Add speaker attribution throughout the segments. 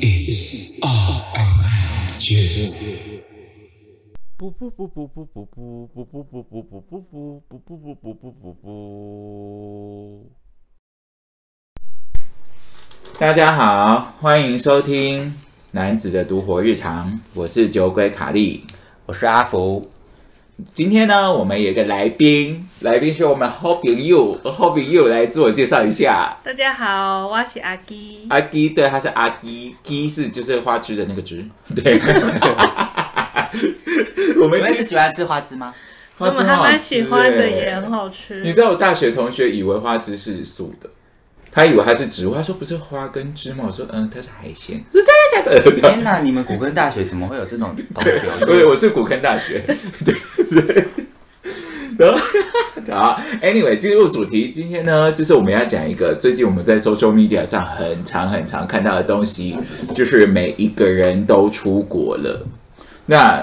Speaker 1: is R and J.
Speaker 2: 不不不不不不不不不不不不不不不不不不不不不。大家好，欢迎收听《男子的独活日常》，我是酒鬼卡利，我是阿福。今天呢，我们有一个来宾，来宾是我们 Hoping You Hoping You 来自我介绍一下。
Speaker 3: 大家好，我是阿基。
Speaker 2: 阿基，对，他是阿基，基是就是花枝的那个枝，对。 我们
Speaker 4: 你们是喜欢吃花枝 吗？
Speaker 3: 我们还蛮喜欢的，也很好
Speaker 2: 你
Speaker 3: 吃。
Speaker 2: 知道我大学同学以为花枝是素的，他以为它是植物，他说不是花跟枝吗？我说嗯，它是海鲜。我说真的假的？
Speaker 4: 天哎哪，你们古根大学怎么会有这种啊同学？
Speaker 2: 对，我是古坑大学，对对。然后，好，anyway，进入主题，今天呢，就是我们要讲一个最近我们在 social media 上很常很常看到的东西，就是每一个人都出国了。那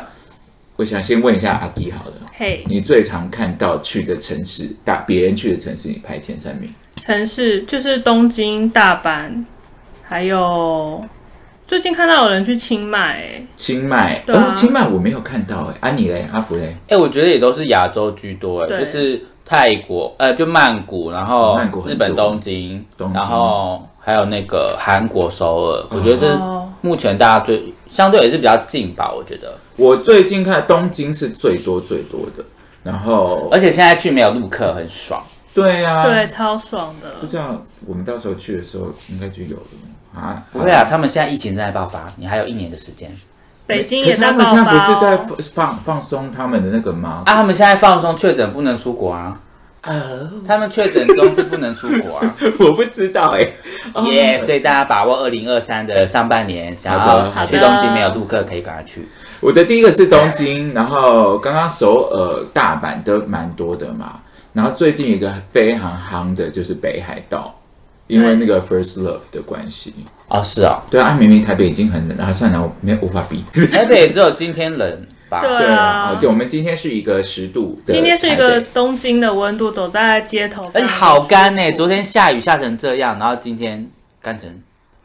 Speaker 2: 我想先问一下阿基好了，
Speaker 3: 嘿
Speaker 2: 你最常看到去的城市，大别人去的城市，你排前三名？
Speaker 3: 城市就是东京、大阪，还有最近看到有人去清迈、欸，
Speaker 2: 清迈，
Speaker 3: 对啊
Speaker 2: 哦，清迈我没有看到哎、安妮嘞，阿福嘞，
Speaker 4: 哎、我觉得也都是亚洲居多，哎，
Speaker 3: 对
Speaker 4: 就是泰国，呃，就曼谷，然后
Speaker 2: 曼谷很多
Speaker 4: 日本东京，
Speaker 2: 东京
Speaker 4: 然后还有那个韩国首尔，我觉得这
Speaker 3: 哦
Speaker 4: 是目前大家最相对也是比较近吧，我觉得，
Speaker 2: 我最近看东京是最多最多的，然后
Speaker 4: 而且现在去没有陆客，很爽。
Speaker 2: 对啊，
Speaker 3: 对，，超爽
Speaker 2: 不
Speaker 3: 的。
Speaker 2: 知道我们到时候去的时候应该就有了啊，
Speaker 4: 不会啊，他们现在疫情正在爆发，你还有一年的时间
Speaker 3: 北京
Speaker 2: 可
Speaker 3: 也
Speaker 2: 是他
Speaker 3: 在
Speaker 2: 们
Speaker 3: 爆
Speaker 2: 现在
Speaker 3: 发、
Speaker 2: 不是在
Speaker 3: 哦。
Speaker 2: 放放放松他们的那个吗？
Speaker 4: 啊！他们现在放松确诊不能出国啊，他们确诊中是不能出国啊。
Speaker 2: 我不知道哎、
Speaker 4: 耶、所以大家把握二零二三的上半年，想
Speaker 2: 好
Speaker 4: 要
Speaker 2: 的
Speaker 4: 去东京没有陆客可以赶快去。
Speaker 2: 我的第一个是东京，然后刚刚首尔、大阪都蛮多的嘛，然后最近有一个非常夯的就是北海道，因为那个 First Love 的关系。
Speaker 4: 哦，是哦，
Speaker 2: 对啊，明明台北已经很冷了，啊算了，我没有无法比。
Speaker 4: 台北也只有今天冷吧？
Speaker 3: 对啊
Speaker 2: 对，我们今天是一个十度的台北，哎
Speaker 3: 今天是一个东京的温度，走在街头，
Speaker 4: 而且哎好干呢、昨天下雨下成这样，然后今天干成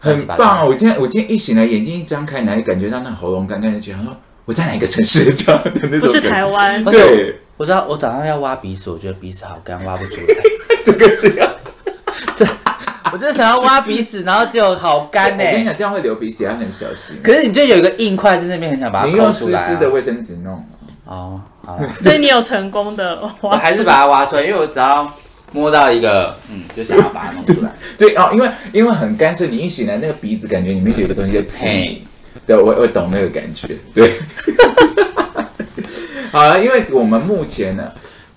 Speaker 4: 乱七
Speaker 2: 很
Speaker 4: 八
Speaker 2: 棒哦！
Speaker 4: 糟。
Speaker 2: 我今天我今天一醒来，眼睛一张开，哪里感觉到那喉咙干干的，觉得说我在哪一个城市这样的那种感觉。
Speaker 3: 不是台湾。
Speaker 4: 而且我
Speaker 2: 对，
Speaker 4: 我知道我早上要挖鼻屎，我觉得鼻屎好干，挖不出来。
Speaker 2: 这个是 要。
Speaker 4: 我真的想要挖鼻屎，然后就好干呢、
Speaker 2: 哎
Speaker 4: 欸
Speaker 2: 我跟你讲，这样会流鼻血，要很小心。
Speaker 4: 可是你就有一个硬块在那边，很想把它
Speaker 2: 你
Speaker 4: 抠
Speaker 2: 用
Speaker 4: 出
Speaker 2: 湿
Speaker 4: 来、啊。
Speaker 2: 湿的卫生纸弄啊。
Speaker 4: 哦，好了，
Speaker 3: 所以你有成功的
Speaker 4: 我
Speaker 3: 哇，
Speaker 4: 还是把它挖出来，因为我只要摸到一个，嗯，就想要把它弄出来。
Speaker 2: 对哦，因为因为很干，所以你一醒来，那个鼻子感觉里面有一个东西在刺
Speaker 4: 嘿
Speaker 2: 你。对，我我懂那个感觉。对， 好了，因为我们目前呢，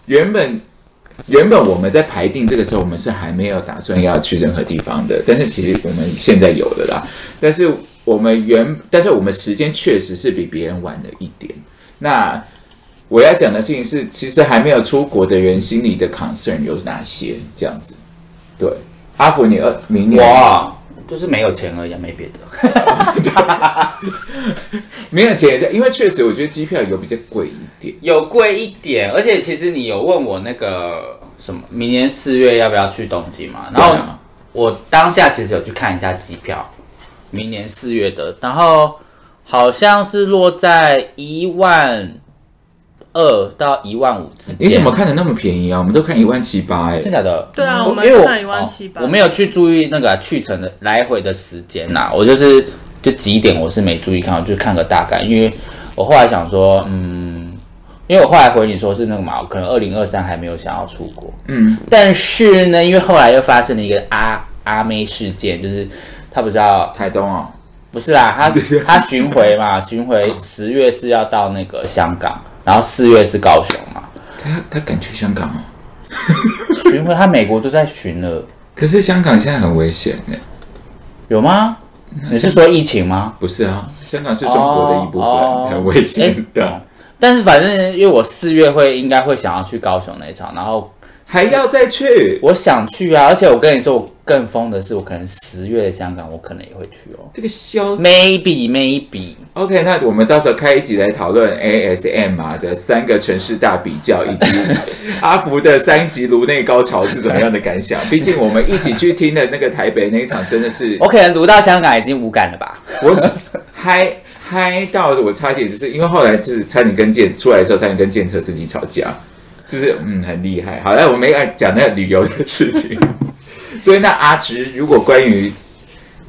Speaker 2: 原本原本我们在排定这个时候，我们是还没有打算要去任何地方的，但是其实我们现在有了啦。但是我们原，但是我们时间确实是比别人晚了一点。那我要讲的事情是，其实还没有出国的人心里的 concern 有哪些？这样子，对。阿福，你二明年
Speaker 4: 我啊就是没有钱而已啊，没别的。
Speaker 2: 没有钱也在，因为确实我觉得机票有比较贵一点。
Speaker 4: 有贵一点，而且其实你有问我那个什么，明年四月要不要去东京嘛？然后
Speaker 2: 对啊
Speaker 4: 我当下其实有去看一下机票，明年四月的，然后好像是落在一万二到一万五之间。
Speaker 2: 你怎么看的那么便宜啊？我们都看一万七八哎
Speaker 4: 真。假的？
Speaker 3: 对啊
Speaker 4: 我
Speaker 3: 我们
Speaker 4: 因为我
Speaker 3: 算17,800
Speaker 4: 哦我没有去注意那个去程的来回的时间呐、我就是就几点我是没注意看，我就看个大概，因为我后来想说，嗯，因为我后来回你说是那个嘛，我可能二零二三还没有想要出国，
Speaker 2: 嗯，
Speaker 4: 但是呢，因为后来又发生了一个阿阿妹事件，就是他不知道
Speaker 2: 台东哦，
Speaker 4: 不是啦，他他巡回嘛，巡回十月是要到那个香港，然后四月是高雄嘛，
Speaker 2: 他他敢去香港哦？
Speaker 4: 巡回他美国都在巡了，
Speaker 2: 可是香港现在很危险哎。
Speaker 4: 有吗？你是说疫情吗？
Speaker 2: 不是啊，香港是嗯 中国的一部分，
Speaker 4: 哦哎哦
Speaker 2: 很危险
Speaker 4: 诶
Speaker 2: 的。
Speaker 4: 但是反正因为我四月会应该会想要去高雄那一场，然后
Speaker 2: 还要再去？
Speaker 4: 我想去啊，而且我跟你说，我更疯的是，我可能十月的香港，我可能也会去哦。
Speaker 2: 这个消
Speaker 4: Maybe maybe，
Speaker 2: OK，那我们到时候开一集来讨论 ASM 啊的三个城市大比较，以 及阿福的三级颅内高潮是怎么样的感想。毕竟我们一起去听的那个台北那一场，真的是
Speaker 4: 我可能读到香港已经无感 了吧？
Speaker 2: 我是嗨嗨到我差点就是因为后来就是差点跟建出来的时候差点跟建车司机吵架，就是嗯很厉害。好，那我没讲那个旅游的事情， 所以那阿直，如果关于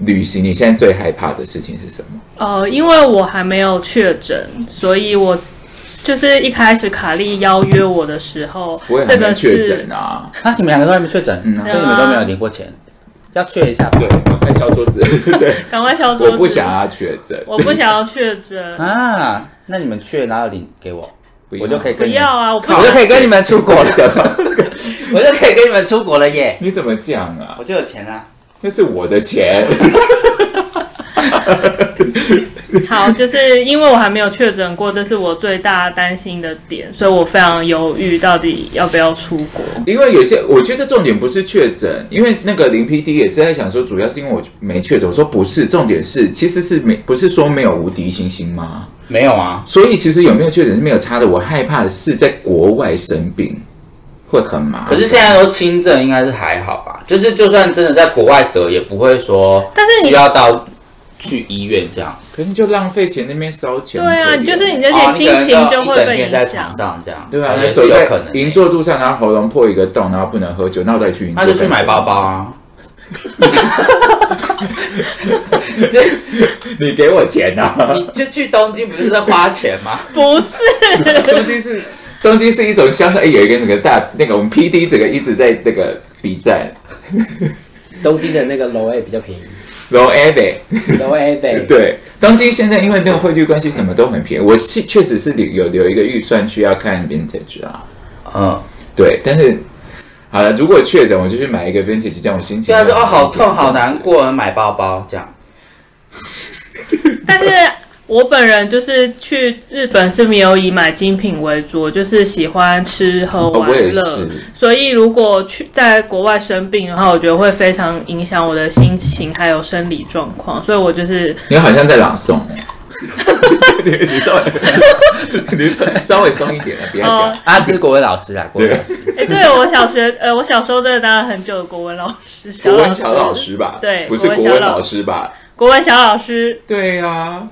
Speaker 2: 旅行，你现在最害怕的事情是什么？
Speaker 3: 呃，因为我还没有确诊，所以我就是一开始卡莉邀约我的时候
Speaker 2: 我也，还
Speaker 3: 这
Speaker 2: 没
Speaker 3: 个
Speaker 2: 确
Speaker 3: 是
Speaker 2: 诊啊。
Speaker 4: 啊，你们两个都还没确诊，所以你们都没有领过钱，要确一下吧
Speaker 2: 嗯对，赶快敲桌 子。对，
Speaker 3: 赶快敲桌
Speaker 2: 我
Speaker 3: 子，
Speaker 2: 不想啊要确诊，
Speaker 3: 我不想要确诊，
Speaker 4: 啊？那你们去哪领给我？
Speaker 2: 不要
Speaker 4: 我就可以
Speaker 3: 不
Speaker 4: 跟你们
Speaker 3: 要，啊，我不
Speaker 4: 我就可以跟你们出 国
Speaker 2: 我
Speaker 4: 了，
Speaker 2: 假装。
Speaker 4: 我就可以跟你们出国了耶！
Speaker 2: 你怎么讲啊？
Speaker 4: 我就有钱啦。
Speaker 2: 那是我的钱。
Speaker 3: 好，就是因为我还没有确诊过，这是我最大担心的点，所以我非常犹豫到底要不要出国。
Speaker 2: 因为有些，我觉得重点不是确诊，因为那个林 PD 也是在想说，主要是因为我没确诊。我说不是，重点是其实是没，不是说没有无敌星星吗？
Speaker 4: 没有啊，
Speaker 2: 所以其实有没有确诊是没有差的。我害怕的是在国外生病会很麻
Speaker 4: 可
Speaker 2: 烦。
Speaker 4: 是现在都轻症，应该是还好吧？就是就算真的在国外得，也不会说，
Speaker 3: 但是你
Speaker 4: 需要到去医院这样。
Speaker 2: 可是就浪费钱那边烧钱。
Speaker 3: 对啊，你就是你，而
Speaker 4: 哦
Speaker 3: 且
Speaker 4: 你
Speaker 3: 心
Speaker 4: 可能
Speaker 3: 情就
Speaker 4: 一
Speaker 3: 会
Speaker 4: 整
Speaker 3: 被
Speaker 4: 天在
Speaker 3: 影
Speaker 4: 床
Speaker 3: 响。
Speaker 4: 上这样，
Speaker 2: 对啊，
Speaker 4: 也
Speaker 2: 你
Speaker 4: 哎是
Speaker 2: 走
Speaker 4: 有
Speaker 2: 在
Speaker 4: 可能的。
Speaker 2: 银座路上，然后喉咙破一个洞，然后不能喝酒，那我到底去银座
Speaker 4: 那
Speaker 2: 干
Speaker 4: 就
Speaker 2: 什么？
Speaker 4: 去买包包 啊。
Speaker 2: 你给我钱啊呐、
Speaker 4: 你就去东京不是在花钱吗？
Speaker 3: 不是，
Speaker 2: 东京是东京是一种乡下，哎，有一个那个大那个我们 P D 整个一直在那个比战
Speaker 5: 东京的那个楼也比较 便宜，
Speaker 2: ，low a b
Speaker 5: 楼 A 北
Speaker 2: 对，东京现在因为那个汇率关系，什么都很便宜。我是确实是有留一个预算去要看 vintage 啊，
Speaker 4: 嗯，
Speaker 2: 对，但是好了，如果确诊，我就去买一个 vintage，这样我心情
Speaker 4: 对啊，说
Speaker 2: 会
Speaker 4: 哦
Speaker 2: 好
Speaker 4: 好
Speaker 2: 一点
Speaker 4: 痛好。难过，买包包这样。
Speaker 3: 但是我本人就是去日本是没有以买精品为主，我就是喜欢吃喝
Speaker 2: 哦我也
Speaker 3: 玩乐。
Speaker 2: 是
Speaker 3: 所以如果去在国外生病的话，我觉得会非常影响我的心情还有生理状况，所以我就是
Speaker 2: 你好像在朗诵哎、你你稍微你稍微稍微松一点了，不要讲。
Speaker 3: 哦
Speaker 4: 阿芝国文老师啊，国文老 师，
Speaker 3: 哎、对我小学呃，我小时候真的当了很久的国文老师，
Speaker 2: 国文
Speaker 3: 小
Speaker 2: 小老，师吧，
Speaker 3: 对
Speaker 2: 不是
Speaker 3: 国
Speaker 2: 国
Speaker 3: 文
Speaker 2: 文
Speaker 3: 小老
Speaker 2: 老师吧？
Speaker 3: 国文小老师，
Speaker 2: 对呀、啊。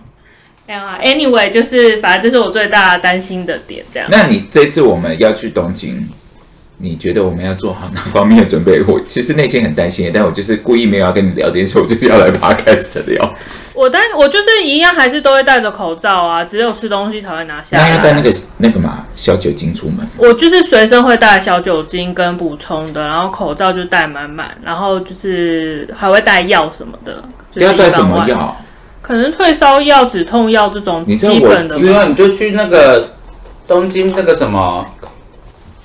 Speaker 3: 这样啊。Anyway，就是反正这是我最大的担心的点，这样。
Speaker 2: 那你这次我们要去东京，你觉得我们要做好哪方面的准备？我其实内心很担心，但我就是故意没有要跟你聊这件事，我就是要来 podcast 聊。
Speaker 3: 我但我就是一样，还是都会戴着口罩啊，只有吃东西才会拿下
Speaker 2: 那要带那
Speaker 3: 来。
Speaker 2: 个那个嘛小酒精出门，
Speaker 3: 我就是随身会带小酒精跟补充的，然后口罩就带满满，然后就是还会带药什么的。就是、
Speaker 2: 要带什么？药？
Speaker 3: 可能退烧药、止痛药这种
Speaker 2: 你知道
Speaker 3: 基本
Speaker 2: 我
Speaker 3: 的吧
Speaker 2: 之
Speaker 4: 之后你就去那个东京那个什么，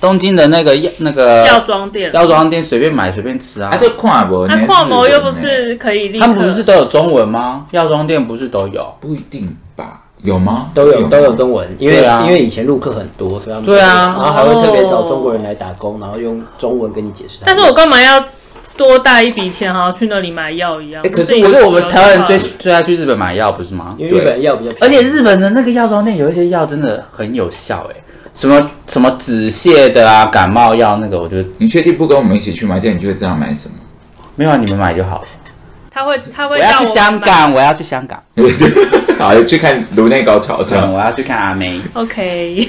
Speaker 4: 东京的那个药那
Speaker 3: 药
Speaker 4: 个
Speaker 3: 妆店。
Speaker 4: 药妆店随便买随便吃啊
Speaker 2: 啊，。这跨博，
Speaker 3: 那
Speaker 2: 你
Speaker 3: 矿膜
Speaker 2: 日
Speaker 3: 又
Speaker 2: 本
Speaker 3: 不
Speaker 2: 呢
Speaker 3: 是可以立刻？
Speaker 4: 他们不是都有中文吗？药妆店不是都有？
Speaker 2: 不一定吧？有吗？
Speaker 5: 都有
Speaker 2: 吗
Speaker 5: 都有中文，因为、
Speaker 4: 对啊
Speaker 5: 因为以前陆客很多，所以他们
Speaker 4: 对啊
Speaker 5: 然后还会特别找中国人来打工，然后用中文跟你解释他
Speaker 3: 但
Speaker 5: 们。
Speaker 3: 是我干嘛要多带一笔钱，好像去那里买药一样？
Speaker 2: 哎可是
Speaker 3: 自己
Speaker 4: 可
Speaker 2: 我
Speaker 4: 是我
Speaker 3: 有
Speaker 4: 们
Speaker 3: 就
Speaker 4: 台湾人
Speaker 3: 好
Speaker 4: 最最爱去日本买药，不是吗？
Speaker 5: 因为日
Speaker 2: 对
Speaker 5: 本人药比较便宜，
Speaker 4: 而且日本的那个药妆店有一些药真的很有效、哎，什么什么止泻的啊，感冒药那个，我觉得
Speaker 2: 你确定不跟我们一起去吗？这样你就会知道买 什么。
Speaker 4: 没有啊你们买就好了。
Speaker 3: 他会他
Speaker 4: 我
Speaker 3: 会
Speaker 4: 要
Speaker 3: 叫
Speaker 4: 去
Speaker 3: 们
Speaker 4: 香
Speaker 3: 买。
Speaker 4: 港，我要去香港，
Speaker 2: 好，去看颅内高潮这样
Speaker 4: 嗯，。我要去看阿妹。
Speaker 3: OK，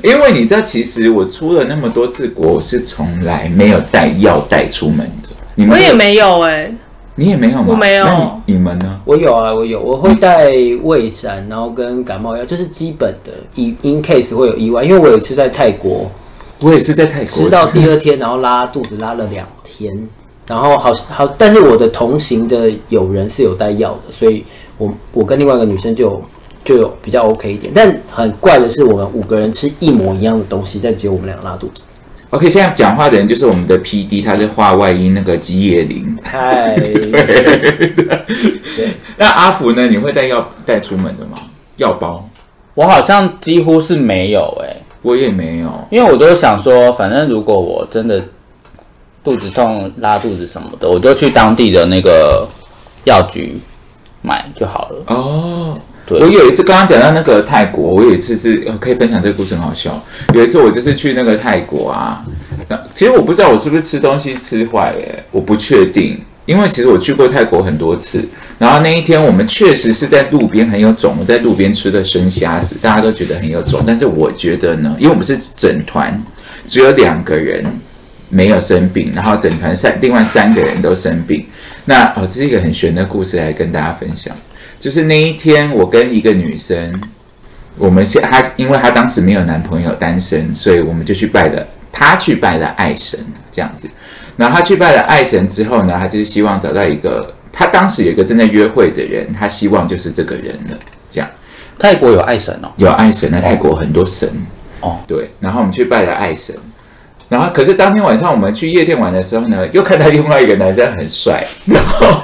Speaker 2: 因为你知道，其实我出了那么多次国，我是从来没有带药袋出门的。你
Speaker 3: 我
Speaker 2: 们
Speaker 3: 也没有哎、
Speaker 2: 你也没有吗？
Speaker 3: 我没有
Speaker 2: 那你你们呢？
Speaker 5: 我有啊，我有，我会带胃散，然后跟感冒药，这是基本的，以 in case 会有意外。因为我有一次在泰国
Speaker 2: 我也是在泰国
Speaker 5: 吃到第二天，然后拉肚子拉了两天，然后好好，但是我的同行的友人是有带药的，所以我我跟另外一个女生就有就有比较 OK 一点。但很怪的是，我们五个人吃一模一样的东西，但只有我们俩拉肚子。
Speaker 2: OK，现在讲话的人就是我们的 PD，他是画外音那个基野林。
Speaker 5: 太
Speaker 2: 那阿福呢？你会带药带出门的吗？药包
Speaker 4: 我好像几乎是没有哎、
Speaker 2: 我也没有。
Speaker 4: 因为我都想说，反正如果我真的肚子痛、拉肚子什么的，我就去当地的那个药局买就好了。
Speaker 2: 哦，
Speaker 4: 对
Speaker 2: 我有一次刚刚讲到那个泰国，我有一次是呃可以分享这个故事，很好笑。有一次我就是去那个泰国啊，那其实我不知道我是不是吃东西吃坏耶、我不确定，因为其实我去过泰国很多次。然后那一天我们确实是在路边很有种，我在路边吃的生虾子，大家都觉得很有种，但是我觉得呢，因为我们是整团，只有两个人。没有生病，然后整团三另外三个人都生病。那哦，这是一个很悬的故事来跟大家分享。就是那一天，我跟一个女生，我们是她，因为她当时没有男朋友，单身，所以我们就去拜了，她去拜了爱神这样子。然后她去拜了爱神之后呢，她就是希望找到一个，她当时有一个正在约会的人，她希望就是这个人了，这样。
Speaker 4: 泰国有爱神哦，
Speaker 2: 有爱神，那泰国很多神
Speaker 4: 哦
Speaker 2: 对，然后我们去拜了爱神，然后可是当天晚上我们去夜店玩的时候呢，又看到另外一个男生很帅，然后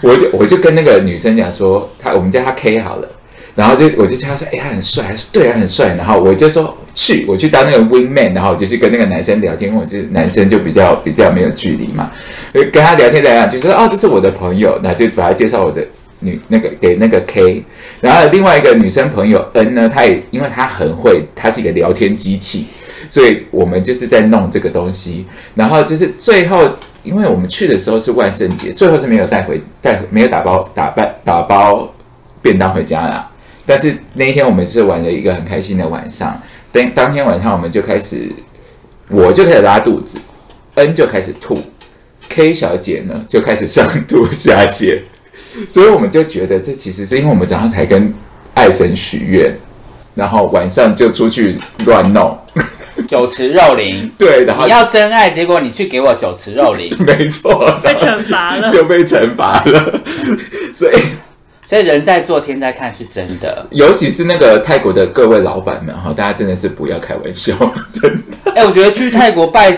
Speaker 2: 我就我就跟那个女生讲说，他我们叫他 K 好了，然后就我就叫他说，哎、他很帅，他说对啊，很帅，然后我就说去，我去当那个 wing man，然后我就去跟那个男生聊天，因为我就是男生就比较比较没有距离嘛，呃跟他聊天聊聊，就说哦，这是我的朋友，那就把他介绍我的女那个给那个 K，然后另外一个女生朋友 N 呢，她也因为她很会，她是一个聊天机器，所以我们就是在弄这个东西。然后就是最后，因为我们去的时候是万圣节，最后是没有带回带没有打包打包打包便当回家啦。但是那一天我们是玩了一个很开心的晚上，当当天晚上我们就开始，我就开始拉肚子，N 就开始吐，K 小姐呢就开始上吐下泻。所以我们就觉得这其实是因为我们早上才跟爱神许愿，然后晚上就出去乱弄，
Speaker 4: 酒池肉林。
Speaker 2: 对，然后
Speaker 4: 你要真爱，结果你去给我酒池肉 林，
Speaker 2: 没错，
Speaker 3: 被惩罚 了。
Speaker 2: 就被惩罚了。 所以，
Speaker 4: 所以人在做天在看是真的。
Speaker 2: 尤其是那个泰国的各位老板们哈，大家真的是不要开玩笑， 真的。
Speaker 4: 哎、我觉得去泰国拜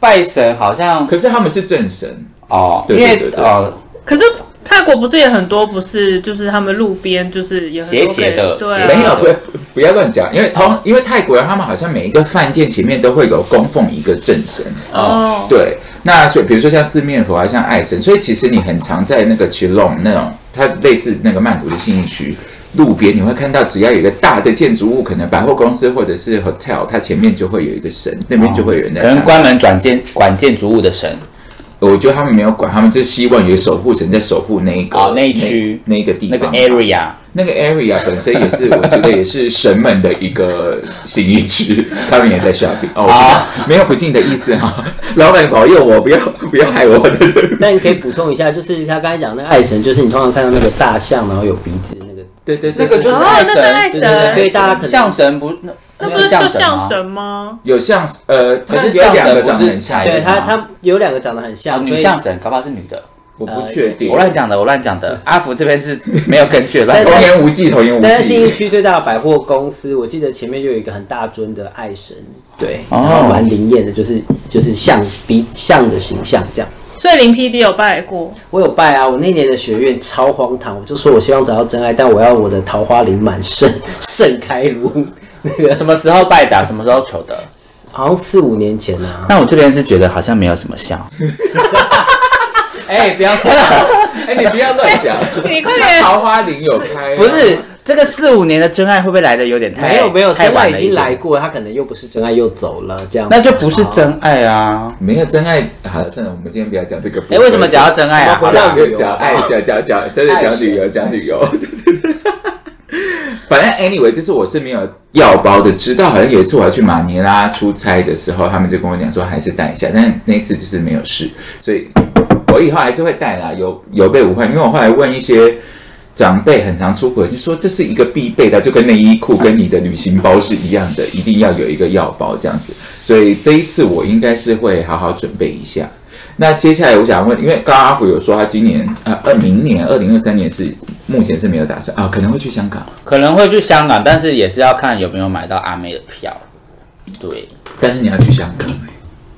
Speaker 4: 拜神好像
Speaker 2: 可是他们是正神，
Speaker 4: 哦，
Speaker 2: 对
Speaker 4: 因为
Speaker 2: 对对对
Speaker 4: 哦，
Speaker 3: 可是泰国不是也很多，不是就是他们路边就是也很多
Speaker 4: 斜斜
Speaker 3: 可
Speaker 4: 的
Speaker 3: 以对、
Speaker 4: 斜
Speaker 3: 啊，
Speaker 4: 斜
Speaker 2: 没有
Speaker 4: 的
Speaker 2: 不不要乱讲，因为通因为泰国人他们好像每一个饭店前面都会有供奉一个正神，
Speaker 3: 哦，
Speaker 2: 对，那所以比如说像四面佛啊，像爱神，所以其实你很常在那个 c h i l o n 那种，它类似那个曼谷的信义区路边，你会看到只要有一个大的建筑物，可能百货公司或者是 hotel，它前面就会有一个神，那边就会有人在
Speaker 4: 哦可能
Speaker 2: 唱
Speaker 4: 关门转建管建筑物的神，
Speaker 2: 我觉得他们没有管，他们就希望有守护神在守护那一个、
Speaker 4: 哦那一区
Speaker 2: 那那一个地
Speaker 4: 哦那
Speaker 2: 方
Speaker 4: 个
Speaker 2: 嘛
Speaker 4: area
Speaker 2: 那个 area 本身也是，我觉得也是神们的一个信义区，他们也在 shopping 哦，我不知道
Speaker 4: 啊
Speaker 2: 没有不敬的意思哈，老板保佑我，不要不要害我，对对
Speaker 5: 但你可以补充一下，就是他刚才讲那个爱神，就是你通常看到那个大象，然后有鼻子那个，
Speaker 2: 对对，
Speaker 4: 那个就是
Speaker 3: 哦，
Speaker 4: 爱
Speaker 3: 那
Speaker 4: 神
Speaker 3: 是爱
Speaker 5: 对对对，所
Speaker 3: 神，
Speaker 5: 以大家可能
Speaker 4: 象神不那
Speaker 3: 那
Speaker 4: 那
Speaker 3: 不是就
Speaker 4: 吗
Speaker 3: 像神吗？
Speaker 2: 有像呃，
Speaker 4: 可
Speaker 2: 它
Speaker 4: 是
Speaker 2: 有
Speaker 4: 象
Speaker 2: 两个
Speaker 4: 神不
Speaker 2: 长得
Speaker 4: 是呃
Speaker 2: 很像，
Speaker 5: 对他他有两个长得很
Speaker 4: 啊
Speaker 5: 像，所
Speaker 4: 女
Speaker 5: 以
Speaker 4: 象神，搞不好是女的。
Speaker 2: 我不确定
Speaker 4: 我。乱讲的，我乱讲的。阿福这边是没有根据的，乱
Speaker 5: 但
Speaker 2: 童
Speaker 5: 是
Speaker 4: 讲。
Speaker 2: 言无忌，童言无
Speaker 5: 但是信义
Speaker 2: 忌。
Speaker 5: 区最大的百货公司，我记得前面就有一个很大尊的爱神，对，
Speaker 4: 哦
Speaker 5: 然后蛮灵验的，就是就是像鼻像的形象这样子。
Speaker 3: 所以林 PD 有拜过，
Speaker 5: 我有拜啊，我那年的学院超荒唐，我就说我希望找到真爱，但我要我的桃花林满盛 盛开如那个
Speaker 4: 什么时候拜的啊、什么时候求的？
Speaker 5: 好像四五年前啊。
Speaker 4: 那我这边是觉得好像没有什么像。
Speaker 5: 哎、不要这样，
Speaker 2: 哎，你不要乱 讲。
Speaker 3: 你快点
Speaker 2: 桃花林有开啊，
Speaker 4: 不是这个四五年的真爱会不会来的有点太
Speaker 5: 哎没有没有，
Speaker 4: 太
Speaker 5: 真
Speaker 4: 晚
Speaker 5: 爱已
Speaker 4: 了一
Speaker 5: 经来
Speaker 4: 点？
Speaker 5: 过，他可能又不是真爱，又走了这样子。
Speaker 4: 那就不是真爱啊！
Speaker 2: 没有真爱。好了，算了，我们今天不要讲这个部
Speaker 4: 哎、
Speaker 2: 分。
Speaker 4: 为什么讲到真爱啊？
Speaker 5: 我
Speaker 4: 好
Speaker 5: 们
Speaker 4: 啦
Speaker 5: 回到
Speaker 2: 讲讲爱，讲讲讲，对对，
Speaker 5: 爱
Speaker 2: 讲旅游，
Speaker 5: 神
Speaker 2: 讲旅游。对对对 反正 anyway，就是我是没有药包的，直到好像有一次我要去马尼拉出差的时候，他们就跟我讲说还是带一下，但那一次就是没有事，所以我以后还是会带啦，有有备无患。因为我后来问一些长辈，很常出国，就说这是一个必备的，就跟内衣裤跟你的旅行包是一样的，一定要有一个药包这样子。所以这一次我应该是会好好准备一下。那接下来我想问，因为刚刚阿福有说他今年呃呃明年二零二三年是目前是没有打算啊，可能会去香港，
Speaker 4: 可能会去香港，但是也是要看有没有买到阿妹的票。对，
Speaker 2: 但是你要去香港、欸，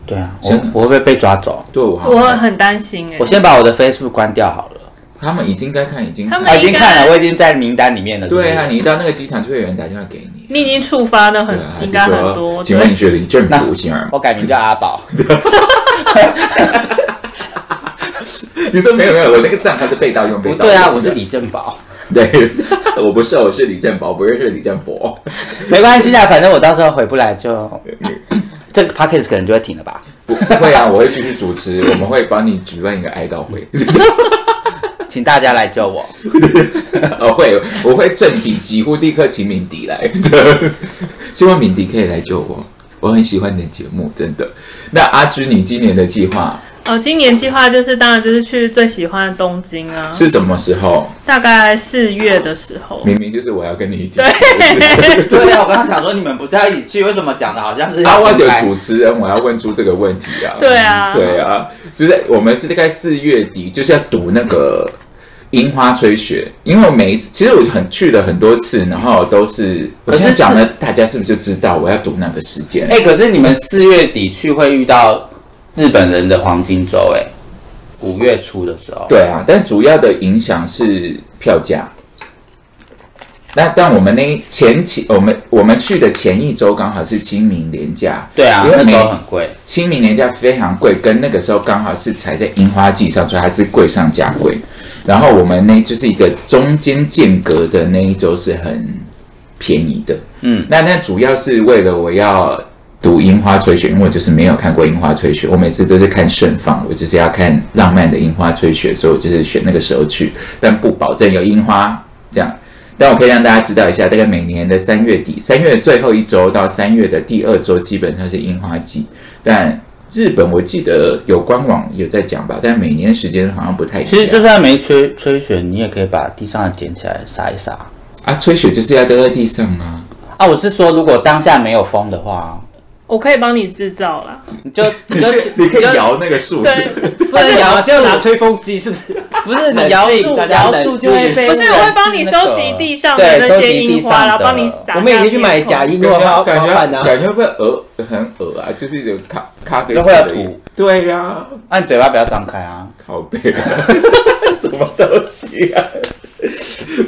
Speaker 4: 对啊，我
Speaker 2: 香港
Speaker 4: 我会不会被抓走？
Speaker 2: 对我好
Speaker 3: 我
Speaker 2: 像
Speaker 3: 很担心哎、
Speaker 4: 我先把我的 Facebook 关掉好了。
Speaker 2: 他们已经该看已经
Speaker 3: 他
Speaker 2: 看
Speaker 3: 们
Speaker 4: 啊，
Speaker 5: 哎
Speaker 4: 已
Speaker 3: 应该
Speaker 4: 经看了，我已经在名单里面了。是不是
Speaker 2: 对啊，你一到那个机场就会有人打电话给你，
Speaker 3: 你已经触发了很
Speaker 2: 对啊，
Speaker 3: 嗯应
Speaker 2: 就
Speaker 3: 该很多
Speaker 2: 说，请问你是林正
Speaker 4: 那哦
Speaker 2: 福星儿吗？
Speaker 4: 我改名叫阿宝。
Speaker 2: 你说没有没有，我那个账它是被盗用被
Speaker 4: 不
Speaker 2: 盗用的。
Speaker 4: 对啊，我是李正宝，
Speaker 2: 对， 我不是，我是李正宝，不认识李正佛。
Speaker 4: 没关系啦，啊反正我到时候回不来就，这个 p a c k a g e 可能就会停了吧。
Speaker 2: 不不会啊，我会继续主持，我们会帮你举办一个哀悼会。
Speaker 4: 请大家来救我，
Speaker 2: 哦，会，我会正敌，几乎立刻请敏迪来，希望敏迪可以来救我。我很喜欢你的节目，真的。那阿芝，你今年的计划
Speaker 3: 哦，今年计划就是，当然就是去最喜欢的东京啊，
Speaker 2: 是什么时候？
Speaker 3: 大概四月的时候。
Speaker 2: 明明就是我要跟你一起。
Speaker 3: 对，
Speaker 4: 对啊，我刚刚想说你们不是要一起去，为什么讲的好像是
Speaker 2: 阿
Speaker 4: 要
Speaker 2: 万
Speaker 4: 分
Speaker 2: 的
Speaker 4: 开？
Speaker 2: 主持人，我要问出这个问题啊。
Speaker 3: 对啊
Speaker 2: 对啊，就是我们是大概四月底，就是要赌那个樱花吹雪，因为我每一次其实我很去了很多次，然后都是我
Speaker 4: 可是
Speaker 2: 现在讲
Speaker 4: 是
Speaker 2: 了，大家是不是就知道我要赌那个时间？啊
Speaker 4: 哎、可是你们四月底去会遇到日本人的黄金周、哎，五月初的时候，
Speaker 2: 对啊，但主要的影响是票价。那但我们那前期我们我们去的前一周刚好是清明连假，
Speaker 4: 对啊，
Speaker 2: 因为
Speaker 4: 那时
Speaker 2: 每
Speaker 4: 候很贵，
Speaker 2: 清明年假非常贵，跟那个时候刚好是踩在樱花季上，所以它是贵上加贵。然后我们那就是一个中间间隔的那一周是很便宜的，
Speaker 4: 嗯，
Speaker 2: 那那主要是为了我要读樱花吹雪，因为我就是没有看过樱花吹雪，我每次都是看盛放，我就是要看浪漫的樱花吹雪，所以我就是选那个时候去，但不保证有樱花这样。但我可以让大家知道一下，大概每年的三月底，三月最后一周到三月的第二周，基本上是樱花季。但日本我记得有官网有在讲吧，但每年时间好像不太一样。
Speaker 4: 其实就算没吹吹雪，你也可以把地上的捡起来撒一撒。
Speaker 2: 啊，吹雪就是要丢在地上啊。
Speaker 4: 啊，我是说，如果当下没有风的话，
Speaker 3: 我可以帮你制造啦。
Speaker 4: 你 就你就
Speaker 2: 你可以
Speaker 4: 就
Speaker 2: 摇那个树
Speaker 3: 对，
Speaker 2: 枝，
Speaker 4: 不 能摇
Speaker 5: 马
Speaker 4: 树，
Speaker 5: 上拿吹风机，是不是？
Speaker 4: 不是你
Speaker 5: 冷
Speaker 4: 摇
Speaker 5: 静
Speaker 4: 树，
Speaker 5: 大家
Speaker 4: 摇
Speaker 5: 冷
Speaker 4: 树就
Speaker 5: 静
Speaker 4: 会被
Speaker 3: 不是，我会帮你
Speaker 4: 那
Speaker 3: 收
Speaker 4: 个
Speaker 3: 集地上的
Speaker 4: 对，
Speaker 3: 那
Speaker 4: 收
Speaker 3: 些
Speaker 4: 集地
Speaker 3: 樱花，
Speaker 4: 上
Speaker 3: 然后
Speaker 4: 的
Speaker 3: 帮你撒。
Speaker 5: 我们也可以去买假
Speaker 3: 樱。
Speaker 5: 樱
Speaker 2: 感
Speaker 5: 诺花
Speaker 2: 觉感
Speaker 5: 花瓣
Speaker 2: 觉
Speaker 5: 啊。
Speaker 2: 感觉会恶很恶啊，就是一种咖咖啡
Speaker 4: 就会有
Speaker 2: 色的
Speaker 4: 土。
Speaker 2: 对呀，
Speaker 4: 啊，你嘴巴不要张开啊！
Speaker 2: 靠背， 什么东西啊？